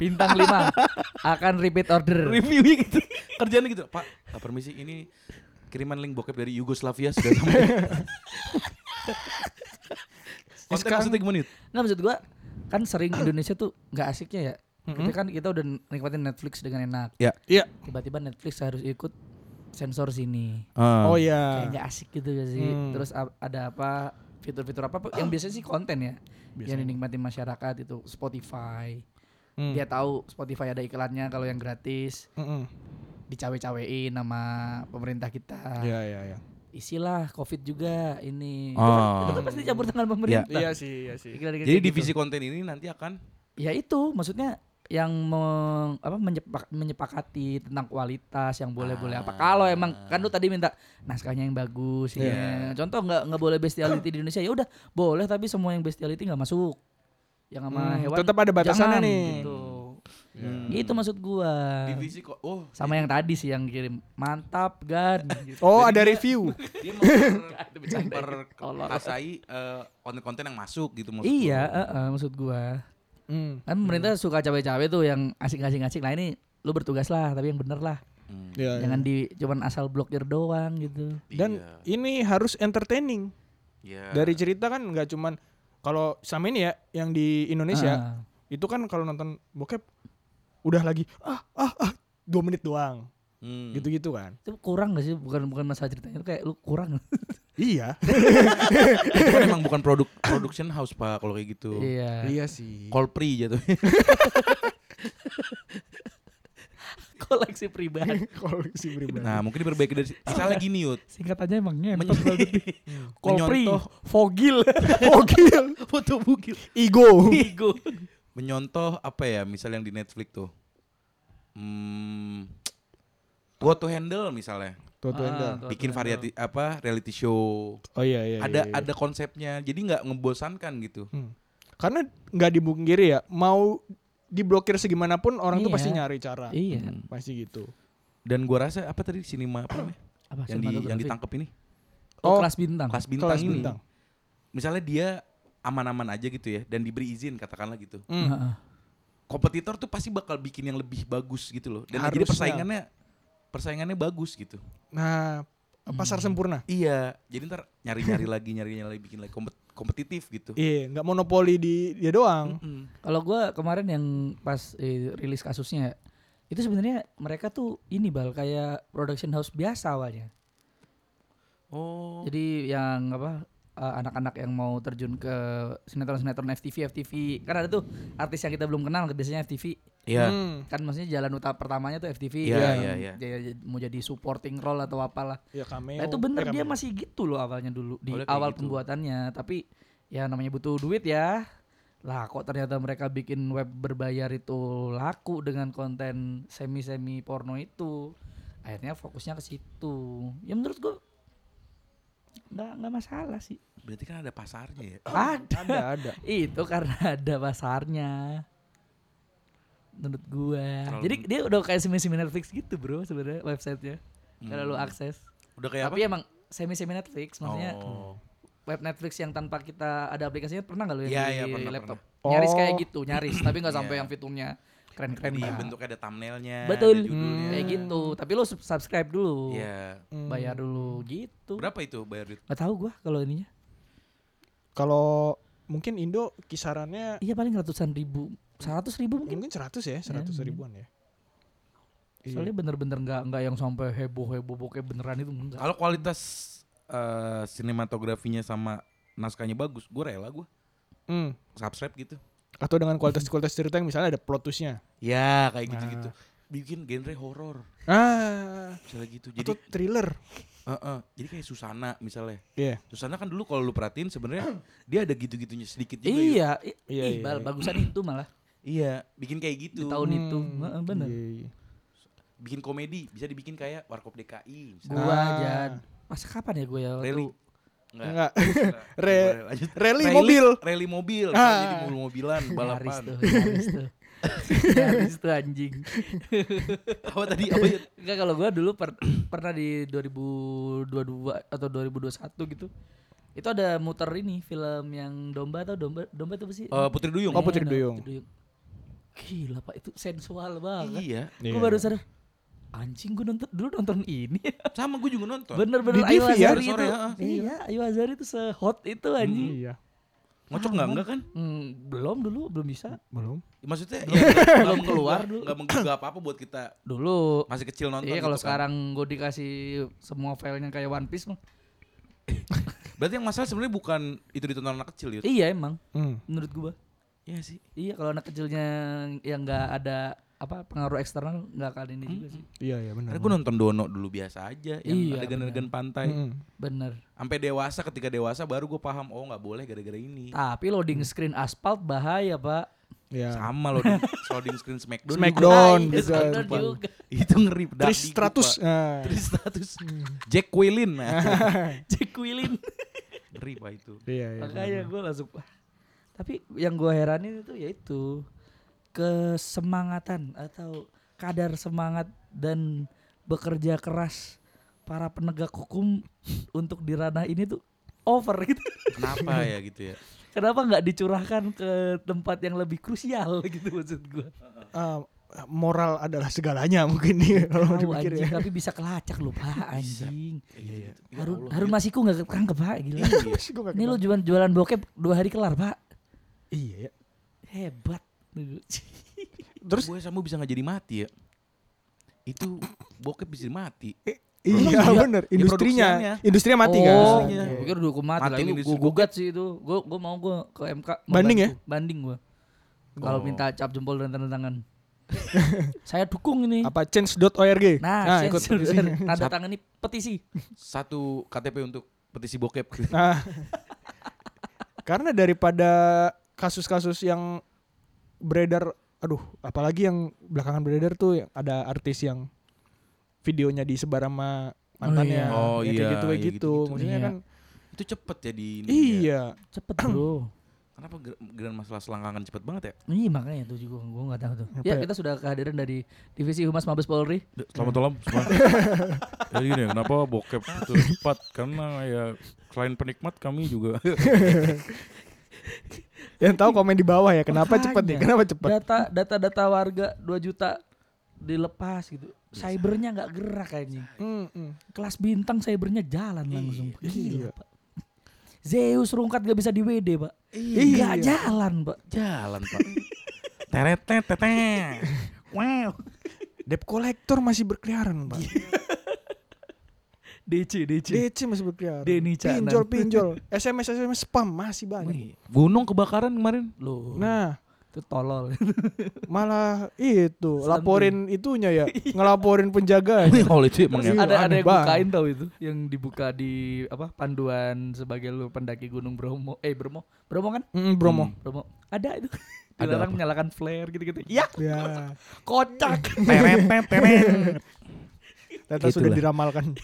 Speaker 3: Bintang 5 akan repeat order.
Speaker 2: review gitu kerjaannya gitu pak ah, permisi ini kiriman link bokep dari Yugoslavia sudah sampai konten
Speaker 1: Sekarang-
Speaker 2: maksudnya gimana Yud?
Speaker 3: Enggak Nah, maksud gue kan sering Indonesia tuh nggak asiknya ya. Kita kan kita udah nikmatin Netflix dengan enak.
Speaker 2: ya
Speaker 1: Iya.
Speaker 3: tiba-tiba Netflix harus ikut sensor sini.
Speaker 1: oh
Speaker 2: Ah,
Speaker 1: iya
Speaker 3: Kayak nggak asik gitu gak sih.
Speaker 1: Hmm.
Speaker 3: Terus a- ada apa fitur-fitur apa yang biasanya sih konten ya yang
Speaker 1: Biasanya.
Speaker 3: dinikmati masyarakat itu Spotify.
Speaker 1: Hmm.
Speaker 3: Dia tahu Spotify ada iklannya kalau yang gratis
Speaker 1: Mm-mm.
Speaker 3: dicawe-cawein sama pemerintah kita.
Speaker 1: Iya iya iya.
Speaker 3: Isilah Covid juga ini. Itu kan-
Speaker 2: Ah.
Speaker 3: Itu kan pasti campur tangan pemerintah.
Speaker 1: Iya sih, iya sih.
Speaker 3: Iklan-iklan
Speaker 2: Jadi
Speaker 3: kayak gitu.
Speaker 2: divisi konten ini nanti akan
Speaker 3: ya itu maksudnya yang meng- apa menyepak- menyepakati tentang kualitas yang boleh-boleh apa kalau emang kan lu tadi minta naskahnya yang bagus ini,
Speaker 2: Iya.
Speaker 3: contoh nggak nggak boleh bestiality di Indonesia ya udah boleh tapi semua yang bestiality nggak masuk yang sama
Speaker 1: Hmm,
Speaker 3: hewan
Speaker 1: tetap ada batasannya
Speaker 3: jangan,
Speaker 1: nih.
Speaker 3: gitu.
Speaker 2: Hmm.
Speaker 3: Gitu maksud gua
Speaker 2: divisi kok. Oh,
Speaker 3: sama yang tadi sih yang kirim mantap gan gitu.
Speaker 1: Oh,
Speaker 2: Jadi
Speaker 1: ada
Speaker 2: dia-
Speaker 1: review.
Speaker 2: dia memper-
Speaker 3: Tolol.
Speaker 2: memperkasai eh, konten-konten yang masuk gitu maksud
Speaker 3: iya
Speaker 2: lu.
Speaker 3: eh, eh, maksud gua
Speaker 1: Hmm.
Speaker 3: kan pemerintah suka cawe-cawe tuh yang asik-asik-asik nah ini lu bertugas lah tapi yang bener lah
Speaker 2: Hmm,
Speaker 1: Iya, iya.
Speaker 3: jangan di cuman asal blokir doang gitu
Speaker 1: Dan
Speaker 2: iya,
Speaker 1: ini harus entertaining.
Speaker 2: iya.
Speaker 1: Dari cerita kan nggak cuman kalau sama ini ya yang di Indonesia
Speaker 3: Ah.
Speaker 1: itu kan kalau nonton bokep udah lagi ah ah ah dua menit doang
Speaker 2: Hmm.
Speaker 3: gitu.
Speaker 1: gitu-gitu kan
Speaker 3: itu kurang gak sih bukan bukan masalah ceritanya itu kayak lu kurang
Speaker 1: iya
Speaker 2: Itu kan emang bukan produk production house Pak kalau kayak gitu.
Speaker 3: iya
Speaker 1: iya sih
Speaker 2: Kolpri jatuh.
Speaker 3: koleksi pribadi
Speaker 1: kalau si
Speaker 3: Iya.
Speaker 1: pribadi
Speaker 2: Nah, mungkin diperbaiki dari misalnya gini, Yud.
Speaker 3: singkat aja emang gitu.
Speaker 2: Men-
Speaker 3: Hmm. kolpri
Speaker 2: menyontoh
Speaker 3: fogil
Speaker 1: Gokil.
Speaker 2: foto bugil.
Speaker 1: ego
Speaker 3: Bigo.
Speaker 2: Menyontoh apa ya? Misalnya yang di Netflix tuh. Hmm, what to handle misalnya.
Speaker 1: tuh tuh Ender.
Speaker 3: Ah,
Speaker 2: Bikin
Speaker 3: tuh, tuh,
Speaker 2: variety apa reality show.
Speaker 1: oh iya iya iya,
Speaker 2: ada
Speaker 1: iya.
Speaker 2: ada konsepnya. Jadi nggak ngebosankan gitu.
Speaker 1: Hmm. karena nggak dibungkiri ya mau diblokir segimanapun orang tuh
Speaker 3: Iya.
Speaker 1: pasti nyari cara
Speaker 3: iya
Speaker 1: pasti gitu
Speaker 2: Hmm. Dan gua rasa apa tadi sinema apa namanya?
Speaker 3: apa
Speaker 1: Ah,
Speaker 2: yang di yang
Speaker 3: sinematografi?
Speaker 2: ditangkep ini
Speaker 3: oh,
Speaker 1: Oh,
Speaker 3: kelas bintang
Speaker 2: kelas bintang
Speaker 1: kelas
Speaker 2: ini.
Speaker 1: bintang
Speaker 2: Misalnya dia aman-aman aja gitu ya dan diberi izin katakanlah gitu.
Speaker 1: Hmm.
Speaker 3: Heeh.
Speaker 2: Kompetitor tuh pasti bakal bikin yang lebih bagus gitu loh. Dan
Speaker 1: Harusnya.
Speaker 2: jadi persaingannya persaingannya bagus gitu.
Speaker 1: nah pasar
Speaker 3: Hmm.
Speaker 1: sempurna
Speaker 2: Iya, jadi ntar nyari-nyari lagi, nyari-nyari lagi bikin lagi kompet- kompetitif gitu.
Speaker 1: iya nggak monopoli di dia doang
Speaker 2: Mm-mm.
Speaker 3: kalau gua kemarin yang pas eh, rilis kasusnya itu sebenarnya mereka tuh ini bal kayak production house biasa awalnya
Speaker 2: Oh.
Speaker 3: Jadi yang apa eh, anak-anak yang mau terjun ke sinetron-sinetron FTV FTV kan ada tuh artis yang kita belum kenal biasanya FTV
Speaker 2: Iya.
Speaker 1: Hmm.
Speaker 3: kan maksudnya jalan utama pertamanya tuh FTV
Speaker 2: Iya,
Speaker 3: kan,
Speaker 2: iya, iya.
Speaker 3: dia- dia mau jadi supporting role atau apalah
Speaker 1: ya cameo
Speaker 3: nah, itu bener
Speaker 1: Eh,
Speaker 3: dia
Speaker 1: cameo.
Speaker 3: masih gitu loh awalnya dulu
Speaker 2: Oh,
Speaker 3: di
Speaker 2: dia kayak
Speaker 3: awal
Speaker 2: gitu.
Speaker 3: pembuatannya tapi ya namanya butuh duit ya lah kok ternyata mereka bikin web berbayar itu laku dengan konten semi-semi porno itu akhirnya fokusnya ke situ ya menurut gua nggak nggak masalah sih
Speaker 2: Berarti kan ada pasarnya ya.
Speaker 3: ada
Speaker 1: ada ada
Speaker 3: itu karena ada pasarnya menurut gua
Speaker 2: Terlalu-
Speaker 3: jadi dia udah kayak semi semi Netflix gitu bro sebenarnya websitenya kalau lu akses
Speaker 2: Udah kayak
Speaker 3: tapi
Speaker 2: apa?
Speaker 3: emang semi semi Netflix maksudnya hmm,
Speaker 2: Oh.
Speaker 3: web Netflix yang tanpa kita ada aplikasinya pernah nggak lu
Speaker 2: Iya,
Speaker 3: yang di
Speaker 2: iya, pernah,
Speaker 3: laptop
Speaker 1: pernah.
Speaker 3: nyaris
Speaker 1: Oh.
Speaker 3: kayak gitu nyaris tapi nggak sampai
Speaker 2: Iya.
Speaker 3: yang fiturnya keren keren
Speaker 2: Di
Speaker 3: banget
Speaker 2: bentuknya ada thumbnailnya,
Speaker 3: Betul.
Speaker 2: ada judulnya.
Speaker 3: kayak gitu tapi lu sub- subscribe dulu
Speaker 2: Iya.
Speaker 1: Hmm.
Speaker 3: bayar dulu gitu
Speaker 2: Berapa itu bayar duit?
Speaker 3: nggak tahu gua kalau ininya
Speaker 1: kalau mungkin Indo kisarannya
Speaker 3: iya paling ratusan ribu seratus ribu mungkin Hmm.
Speaker 1: mungkin 100 ya 100
Speaker 3: mungkin.
Speaker 1: ribuan ya Iya.
Speaker 3: soalnya bener-bener nggak nggak yang sampai heboh heboh bokeh beneran itu enggak
Speaker 2: Kalau kualitas eh, sinematografinya sama naskahnya bagus, gue rela gue
Speaker 1: Hmm.
Speaker 2: subscribe gitu.
Speaker 1: atau dengan kualitas-kualitas cerita yang misalnya ada plot twistnya
Speaker 2: Ya kayak gitu-gitu. Bikin genre horor
Speaker 1: ah
Speaker 2: misalnya gitu. Jadi
Speaker 1: atau thriller
Speaker 2: eh, eh, jadi kayak Susana misalnya.
Speaker 1: iya
Speaker 2: Susana kan dulu kalau lu perhatiin sebenarnya dia ada gitu-gitunya sedikit juga. ya? Yud.
Speaker 3: Iya, i-
Speaker 1: Iya,
Speaker 3: ih,
Speaker 1: iya,
Speaker 3: bal-
Speaker 1: iya.
Speaker 3: bagusan itu malah
Speaker 2: Iya, bikin kayak
Speaker 3: di
Speaker 2: gitu.
Speaker 3: tahun itu.
Speaker 1: Hmm,
Speaker 3: Heeh, bener.
Speaker 1: iya, iya.
Speaker 2: Bikin komedi bisa dibikin kayak Warkop DKI misalnya.
Speaker 3: Gua
Speaker 1: Ah.
Speaker 3: aja pas kapan ya gue ya? waktu-
Speaker 2: Rally.
Speaker 1: enggak Re-
Speaker 2: Re lanjut.
Speaker 1: rally
Speaker 2: Rally-
Speaker 1: mobil
Speaker 2: Rally mobil.
Speaker 1: Ah.
Speaker 2: Jadi mobil-mobilan
Speaker 3: Nyaris
Speaker 2: balapan.
Speaker 3: tuh, nyaris tuh. Nyaris tuh anjing.
Speaker 2: Apa tadi? Apa ya? Yud?
Speaker 3: Enggak kalau gua dulu per- pernah di 2022 atau 2021 gitu. Itu ada muter ini film yang domba atau domba domba itu apa sih?
Speaker 2: Eh, Putri Duyung.
Speaker 1: Oh, Putri
Speaker 3: Iya,
Speaker 1: Duyung.
Speaker 3: Gila Pak, itu sensual banget.
Speaker 2: Iya.
Speaker 3: Gue
Speaker 1: Iya.
Speaker 3: baru sadar anjing gue nonton dulu nonton ini. ya?
Speaker 2: Sama gue juga nonton.
Speaker 3: Bener-bener
Speaker 1: Di
Speaker 3: Ayu
Speaker 1: TV ya?
Speaker 3: Azhari itu.
Speaker 2: Sore, ha. Hmm.
Speaker 3: Iya, Ayu Azhari itu sehot itu anjing.
Speaker 1: iya
Speaker 2: Ngocok nggak enggak kan?
Speaker 3: Hmm, belum dulu belum bisa.
Speaker 1: belum
Speaker 2: Maksudnya ya, nggak-
Speaker 3: Belum
Speaker 2: nggak-
Speaker 3: keluar
Speaker 2: nggak-
Speaker 3: dulu.
Speaker 2: nggak menggugah apa-apa buat kita
Speaker 3: Dulu.
Speaker 2: masih kecil nonton.
Speaker 3: Iya kalau
Speaker 2: gitu kan.
Speaker 3: sekarang gue dikasih semua filenya kayak One Piece mah.
Speaker 2: Berarti yang masalah sebenarnya bukan itu ditonton anak kecil ya?
Speaker 3: Iya emang
Speaker 1: hmm.
Speaker 3: menurut gue.
Speaker 2: Iya sih.
Speaker 3: Iya kalau anak kecilnya yang nggak ada apa pengaruh eksternal nggak akan ini juga sih.
Speaker 1: iya iya benar
Speaker 2: Karena gue nonton Dono dulu biasa aja yang
Speaker 3: Iya,
Speaker 2: adegan-adegan pantai.
Speaker 1: Mm-mm.
Speaker 3: Bener.
Speaker 2: Sampai dewasa ketika dewasa baru gue paham oh nggak boleh gara-gara ini.
Speaker 3: Tapi loading screen aspal bahaya pak.
Speaker 1: Iya.
Speaker 2: Sama loh di loading screen Smackdown.
Speaker 1: Smackdown
Speaker 3: Bahaya,
Speaker 1: juga.
Speaker 3: Smackdown
Speaker 2: Lupa.
Speaker 3: juga.
Speaker 2: Itu ngeri. Dark Diku, Pak.
Speaker 1: Tristratus. Nah,
Speaker 2: Tristratus. Jack Quillen. Nah.
Speaker 3: Jack Quillin.
Speaker 2: ngeri pak itu.
Speaker 1: iya iya.
Speaker 3: Makanya gue langsung "Wah." Tapi yang gue heranin itu yaitu kesemangatan atau kadar semangat dan bekerja keras para penegak hukum untuk di ranah ini tuh over gitu.
Speaker 2: Kenapa ya gitu ya?
Speaker 3: Kenapa nggak dicurahkan ke tempat yang lebih krusial gitu maksud gue?
Speaker 1: Ah, moral adalah segalanya mungkin nih kalau
Speaker 3: Tahu
Speaker 1: dipikir
Speaker 3: anjing,
Speaker 1: ya.
Speaker 3: tapi bisa kelacak lu pak anjing.
Speaker 2: Iya iya. Ya
Speaker 3: Harun
Speaker 2: Allah,
Speaker 3: Harun
Speaker 2: iya.
Speaker 3: Masiku nggak ketangkep pak gila.
Speaker 2: Iya.
Speaker 1: Sih, gua nggak
Speaker 3: Ini lu
Speaker 1: kenal.
Speaker 3: jualan jualan bokep dua hari kelar pak.
Speaker 1: Iya ya.
Speaker 3: Hebat.
Speaker 1: Terus
Speaker 2: gue sama bisa nggak jadi mati ya itu bokep bisa mati
Speaker 1: i- iya
Speaker 2: iya.
Speaker 1: bener
Speaker 2: Ya,
Speaker 1: industrinya
Speaker 2: produksiannya.
Speaker 1: industrinya mati kan.
Speaker 3: oh,
Speaker 2: Iya.
Speaker 3: Gue pikir udah hukum mati
Speaker 2: Matiin
Speaker 3: lah.
Speaker 2: ini
Speaker 3: Gue
Speaker 2: semua.
Speaker 3: gugat sih itu. Gue gue mau gue ke MK. mau
Speaker 1: Banding ya?
Speaker 3: bantu. Banding gue. Kalau
Speaker 2: Oh.
Speaker 3: minta cap jempol dan tanda tangan. Saya dukung ini.
Speaker 1: Apa change.org?
Speaker 3: Nah, saya
Speaker 1: ikut
Speaker 3: suruh
Speaker 1: petisi.
Speaker 3: tanda
Speaker 2: Sat-
Speaker 3: tangan ini petisi.
Speaker 2: satu KTP untuk petisi bokep
Speaker 1: Nah, karena daripada kasus-kasus yang beredar, aduh, apalagi yang belakangan beredar tuh yang ada artis yang videonya disebar sama mantannya,
Speaker 2: Oh,
Speaker 1: ya, kayak
Speaker 2: iya.
Speaker 1: gitu, kayak
Speaker 2: Iya,
Speaker 1: gitu.
Speaker 2: gitu-gitu.
Speaker 1: Maksudnya
Speaker 3: Iya.
Speaker 1: kan,
Speaker 2: itu cepet ya di ini ya.
Speaker 1: iya,
Speaker 3: Cepet bro.
Speaker 2: kenapa ger- geran masalah selangkangan cepet banget ya
Speaker 3: Iya makanya itu juga gue nggak tahu tuh.
Speaker 1: Apa
Speaker 3: Ya
Speaker 1: ya?
Speaker 3: kita sudah kehadiran dari divisi humas Mabes Polri.
Speaker 2: D- selamat malam semua jadi gini kenapa bokep itu cepat karena ya selain penikmat kami juga
Speaker 1: yang tahu komen di bawah ya, kenapa cepet nih,
Speaker 3: Makanya.
Speaker 1: kenapa cepet?
Speaker 3: Data data data warga 2 juta dilepas gitu. Cybernya nggak gerak anjing.
Speaker 1: Mm-mm.
Speaker 3: Kelas bintang cybernya jalan langsung.
Speaker 1: iya.
Speaker 3: Gila, Pak. Zeus rungkat gak bisa di WD, Pak.
Speaker 1: Iya.
Speaker 3: Nggak jalan, Pak.
Speaker 2: jalan pak teret tete
Speaker 3: Wow.
Speaker 1: Debt collector masih berkeliaran,
Speaker 3: Iya.
Speaker 1: Pak.
Speaker 3: DC, DC.
Speaker 1: DC masih berkeliaran.
Speaker 3: Denny Canan.
Speaker 1: pinjol, pinjol. SMS, SMS spam masih banyak.
Speaker 2: Iya. gunung kebakaran kemarin
Speaker 3: Loh,
Speaker 1: Nah,
Speaker 3: itu tolol.
Speaker 1: malah itu
Speaker 3: Santun.
Speaker 1: laporin itunya ya ngelaporin penjaga
Speaker 2: kalau itu emang ya
Speaker 1: Iya,
Speaker 3: ada ada
Speaker 1: aneh
Speaker 3: yang
Speaker 1: banget.
Speaker 3: bukain tau itu, yang dibuka di apa panduan sebagai lu pendaki Gunung Bromo. Eh, Bromo. Bromo kan?
Speaker 1: Mm, Bromo
Speaker 3: Bromo. Ada itu.
Speaker 2: Ada
Speaker 3: Dilarang
Speaker 2: apa?
Speaker 3: menyalakan flare gitu-gitu. Ya,
Speaker 1: ya
Speaker 3: kocak.
Speaker 2: teret teret
Speaker 1: ternyata
Speaker 2: Gitulah.
Speaker 1: sudah diramalkan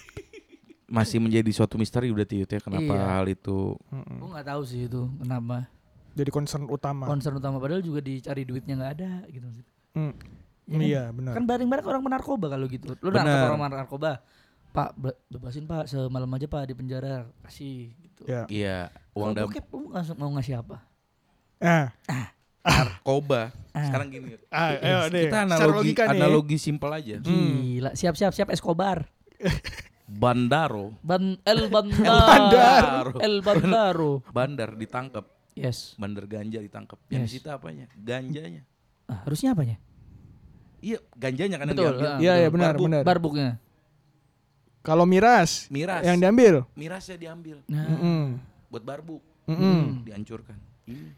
Speaker 2: masih menjadi suatu misteri berarti Yud, ya kenapa
Speaker 3: Iya.
Speaker 2: hal itu
Speaker 1: Mm-mm.
Speaker 3: Gue nggak tahu sih itu kenapa.
Speaker 1: jadi concern utama
Speaker 3: Concern utama padahal juga dicari duitnya nggak ada gitu.
Speaker 1: Mm.
Speaker 3: Ya kan?
Speaker 1: iya benar
Speaker 3: Kan bareng-bareng orang penarkoba kalau gitu. Lu
Speaker 2: Bener.
Speaker 3: nangkep orang narkoba. Pak, be- bebasin Pak, semalam aja Pak di penjara. Kasih gitu.
Speaker 1: ya
Speaker 2: iya uang dam
Speaker 3: Kalau bokep, lu ngas- mau ngasih apa?
Speaker 1: ah
Speaker 2: narkoba
Speaker 3: Ah.
Speaker 2: sekarang gini Yud.
Speaker 1: ah ayo deh
Speaker 2: kita
Speaker 1: secara
Speaker 2: analogi
Speaker 1: logika nih
Speaker 2: analogi simpel aja
Speaker 1: Hmm.
Speaker 3: Gila, siap-siap siap Escobar.
Speaker 2: bandaro
Speaker 3: Ban El
Speaker 2: Bandar.
Speaker 3: Bandar. El Bandaro.
Speaker 2: bandar ditangkap
Speaker 3: Yes.
Speaker 2: bandar ganja ditangkap yang
Speaker 3: Yes.
Speaker 2: disita apanya ganjanya
Speaker 3: Ah, harusnya apanya?
Speaker 2: iya ganjanya kan
Speaker 3: Betul,
Speaker 2: yang diambil
Speaker 3: ah.
Speaker 1: iya iya benar
Speaker 2: Barbuk.
Speaker 1: benar
Speaker 3: Barbuknya.
Speaker 1: kalau miras
Speaker 2: miras Ah.
Speaker 1: yang diambil
Speaker 2: mirasnya diambil
Speaker 3: Nah,
Speaker 1: Mm-mm.
Speaker 2: buat barbuk
Speaker 1: Mm-mm.
Speaker 2: dihancurkan Iya. ini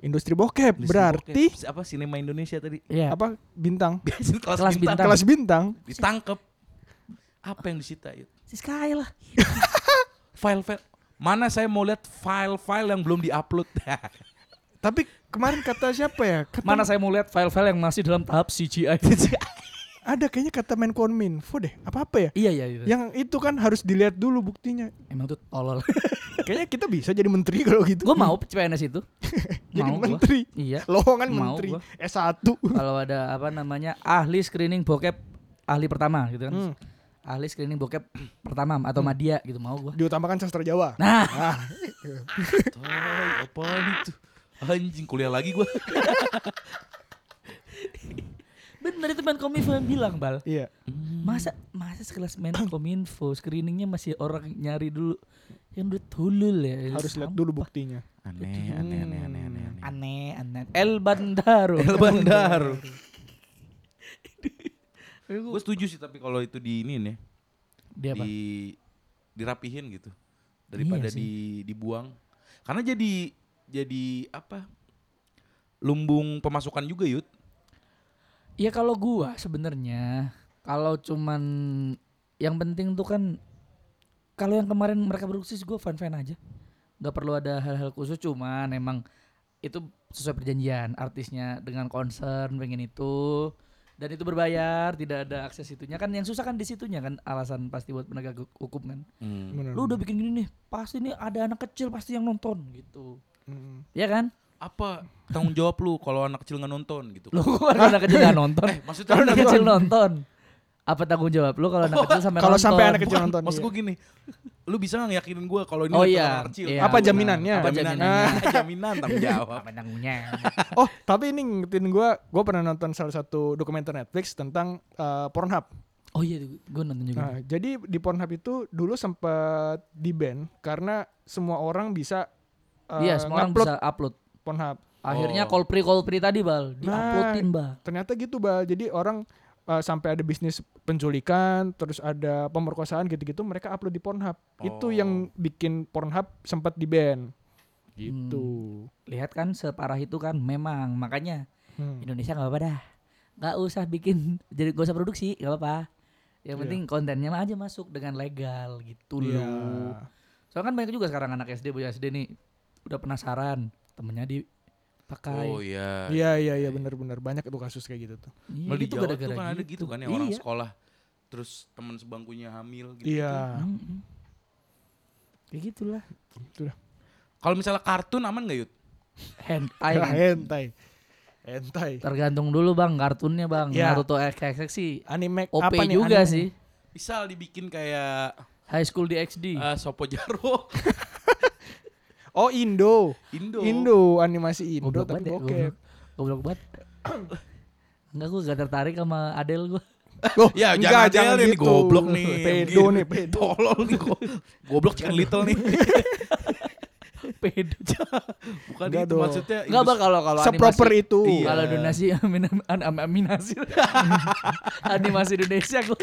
Speaker 1: industri bokep
Speaker 2: Hmm. industri
Speaker 1: berarti
Speaker 2: bokep. apa sinema Indonesia tadi
Speaker 3: iya.
Speaker 1: apa bintang
Speaker 2: Biasin kelas,
Speaker 3: Kelas
Speaker 2: bintang.
Speaker 3: bintang.
Speaker 1: kelas bintang
Speaker 2: ditangkap apa yang disita Yud?
Speaker 3: Si Sky lah.
Speaker 2: file-file mana saya mau lihat file-file yang belum diupload
Speaker 1: tapi kemarin kata siapa ya kata,
Speaker 3: Mana saya mau lihat file-file yang masih dalam tahap CGI.
Speaker 1: ada kayaknya kata Menkominfo deh apa apa ya
Speaker 3: iya, iya, iya.
Speaker 1: yang itu kan harus dilihat dulu buktinya
Speaker 3: Emang tuh tolol.
Speaker 1: Kayaknya kita bisa jadi menteri kalau gitu.
Speaker 3: gue mau PNS itu.
Speaker 1: jadi
Speaker 3: mau gua.
Speaker 1: menteri.
Speaker 3: Iya.
Speaker 1: Lowongan
Speaker 3: Mau
Speaker 1: menteri
Speaker 3: gua.
Speaker 1: S1.
Speaker 3: Kalau ada apa namanya ahli screening bokep ahli pertama gitu kan.
Speaker 1: Hmm.
Speaker 3: Ahli screening bokep pertama atau Madia gitu mau gua.
Speaker 1: Diutamakan sastra Jawa.
Speaker 3: Nah,
Speaker 1: Ah,
Speaker 2: apa itu anjing kuliah lagi gua
Speaker 3: bener itu Menkominfo yang bilang, Bal.
Speaker 1: iya.
Speaker 3: Masa masa sekelas Menkominfo screeningnya masih orang nyari dulu yang udah tulul ya.
Speaker 1: Harus lihat
Speaker 3: Sampah.
Speaker 1: dulu buktinya.
Speaker 2: aneh aneh
Speaker 3: aneh aneh El Bandaro
Speaker 2: El Bandar.
Speaker 3: Gua-
Speaker 2: Gue setuju sih tapi kalau itu di ini nih,
Speaker 3: dia apa
Speaker 2: di dirapihin gitu daripada
Speaker 3: Iya sih.
Speaker 2: di dibuang. Karena jadi jadi apa? Lumbung pemasukan juga yud.
Speaker 3: ya kalau gua sebenarnya kalau cuman yang penting tuh kan kalau yang kemarin mereka produksi gua fan fan aja nggak perlu ada hal-hal khusus cuman emang itu sesuai perjanjian artisnya dengan concern pengen itu dan itu berbayar tidak ada akses itunya kan yang susah kan di situnya kan alasan pasti buat penegak hu- hukum kan
Speaker 2: Hmm.
Speaker 1: Bener,
Speaker 3: lu udah
Speaker 1: bener.
Speaker 3: bikin gini nih pasti nih ada anak kecil pasti yang nonton gitu
Speaker 1: Mm.
Speaker 3: ya kan
Speaker 2: Apa tanggung jawab lu kalau anak kecil nggak nonton gitu?
Speaker 3: lu kok ada anak kecil nggak nonton
Speaker 2: Eh, maksudnya
Speaker 3: kalau anak
Speaker 2: nonton.
Speaker 3: kecil Kan nonton apa tanggung jawab lu kalau anak kecil sampai
Speaker 1: Oh, Kalau
Speaker 3: nonton
Speaker 1: sampai anak kecil
Speaker 2: Bukan,
Speaker 1: nonton.
Speaker 2: Maksud
Speaker 1: iya.
Speaker 2: gue gini, lu bisa nggak ngeyakinin gue kalau ini
Speaker 3: Oh
Speaker 2: untuk
Speaker 3: iya,
Speaker 2: anak kecil?
Speaker 3: iya.
Speaker 1: Apa
Speaker 3: benar.
Speaker 1: jaminannya?
Speaker 3: apa
Speaker 2: Apa jaminan?
Speaker 3: jaminannya
Speaker 2: jaminan tanggung jawab.
Speaker 3: apa tanggungnya
Speaker 1: Oh, tapi ini ngingetin gue, gue pernah nonton salah satu dokumenter Netflix tentang eh, Pornhub.
Speaker 3: oh iya gue nonton juga
Speaker 1: Nah, jadi di Pornhub itu dulu sempat di ban karena semua orang bisa eh,
Speaker 3: iya semua orang
Speaker 1: ngupload
Speaker 3: bisa upload
Speaker 1: Pornhub.
Speaker 3: akhirnya
Speaker 2: Oh.
Speaker 3: call pre call pre tadi bal
Speaker 1: Nah.
Speaker 3: diuploadin bal
Speaker 1: Ternyata gitu, Bal. Jadi orang eh, sampai ada bisnis penculikan, terus ada pemerkosaan gitu-gitu, mereka upload di Pornhub. Itu
Speaker 2: Oh.
Speaker 1: yang bikin Pornhub sempat di ban. Gitu.
Speaker 3: lihat kan separah itu kan memang makanya
Speaker 1: Hmm.
Speaker 3: Indonesia nggak apa-apa dah nggak usah bikin jadi gak usah produksi nggak apa-apa yang
Speaker 1: Iya.
Speaker 3: penting kontennya aja masuk dengan legal gitu loh
Speaker 1: Iya.
Speaker 3: Soalnya kan banyak juga sekarang anak SD, bocah SD nih udah penasaran temennya dipakai.
Speaker 2: Oh iya.
Speaker 1: Iya, iya, iya benar-benar banyak tuh kasus kayak gitu tuh.
Speaker 3: Iya,
Speaker 2: Malah di
Speaker 3: gitu
Speaker 2: Jawa tuh
Speaker 3: gara-gara
Speaker 2: kan ada gitu kan yang orang
Speaker 3: Iya.
Speaker 2: sekolah terus teman sebangkunya hamil gitu.
Speaker 1: Iya.
Speaker 3: Mm-mm. Kayak gitulah.
Speaker 2: Kalau misalnya kartun aman nggak Yud?
Speaker 3: Hentai. kan.
Speaker 1: Hentai. Hentai.
Speaker 3: Tergantung dulu bang kartunnya bang.
Speaker 1: Iya.
Speaker 3: Naruto XXX sih
Speaker 1: Anime
Speaker 3: OP
Speaker 1: apa nih
Speaker 3: juga
Speaker 1: anime?
Speaker 3: sih.
Speaker 2: Misal dibikin kayak
Speaker 3: High School DxD.
Speaker 1: Ah,
Speaker 2: eh, Sopo Jaro
Speaker 1: Oh, Indo.
Speaker 2: Indo.
Speaker 1: Indo animasi Indo
Speaker 3: Goblok
Speaker 1: tapi
Speaker 3: banget ya,
Speaker 1: bokep.
Speaker 3: Goblok banget. Enggak gue gak tertarik sama Adele gue.
Speaker 1: Loh, gitu.
Speaker 2: Ya jangan jangan nih goblok nih.
Speaker 1: Pedo
Speaker 2: Begini.
Speaker 1: nih, pedo.
Speaker 2: Tolol nih go- goblok chicken little nih.
Speaker 3: Pedo.
Speaker 2: Bukan
Speaker 1: Nggak
Speaker 2: itu
Speaker 1: dong.
Speaker 2: maksudnya.
Speaker 3: Enggak bang
Speaker 2: industri-
Speaker 3: kalau kalau
Speaker 1: Seproper
Speaker 3: animasi-
Speaker 1: itu.
Speaker 2: Iya.
Speaker 3: Kalau donasi amin, amin, amin, aminasi animasi Indonesia gue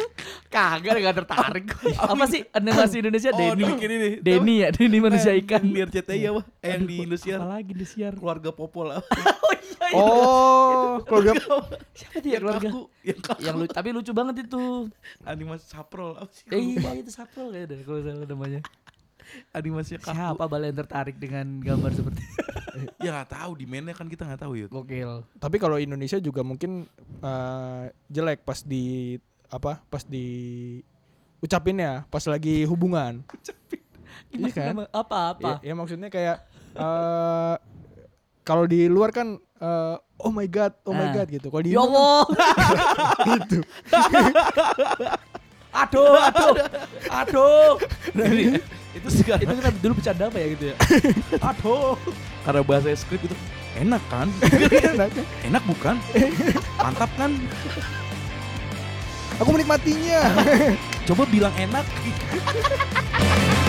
Speaker 3: kagak nggak tertarik. gua. Apa sih animasi Indonesia
Speaker 2: Oh,
Speaker 3: Denny?
Speaker 2: dibikin ini.
Speaker 3: Denny ya, Denny manusia
Speaker 2: Eh,
Speaker 3: ikan.
Speaker 2: Yang di RCTI apa? Eh, yang di Indosiar.
Speaker 3: Apa lagi di siar?
Speaker 2: Keluarga Popol apa?
Speaker 3: Oh iya, iya.
Speaker 1: Oh, keluarga
Speaker 3: siapa dia keluarga?
Speaker 2: kaku, yang kaku.
Speaker 3: Yang lu, tapi lucu banget itu.
Speaker 2: animasi saprol apa sih?
Speaker 3: Eh, iya itu sapul ya deh kalau salah namanya.
Speaker 2: animasi kaku.
Speaker 3: Siapa bal yang tertarik dengan gambar seperti
Speaker 2: Ya nggak tahu di mainnya kan kita nggak tahu ya.
Speaker 3: gokil.
Speaker 1: Tapi kalau Indonesia juga mungkin eh, jelek pas di apa? Pas di ucapinnya pas lagi hubungan. Iya kan?
Speaker 3: Gimana? Apa apa?
Speaker 1: Ya, ya maksudnya kayak eh kalau di luar kan eh, oh my god, oh my
Speaker 3: Ah.
Speaker 1: god gitu. Kalau di
Speaker 3: Ya
Speaker 1: Indo kan,
Speaker 3: Allah. aduh, aduh. Aduh.
Speaker 2: Jadi, itu
Speaker 3: itu
Speaker 2: sekarang
Speaker 3: kan dulu bercanda apa ya gitu ya aduh
Speaker 2: karena bahasa skrip itu enak kan? enak bukan? Mantap kan?
Speaker 1: aku menikmatinya.
Speaker 2: Coba bilang enak.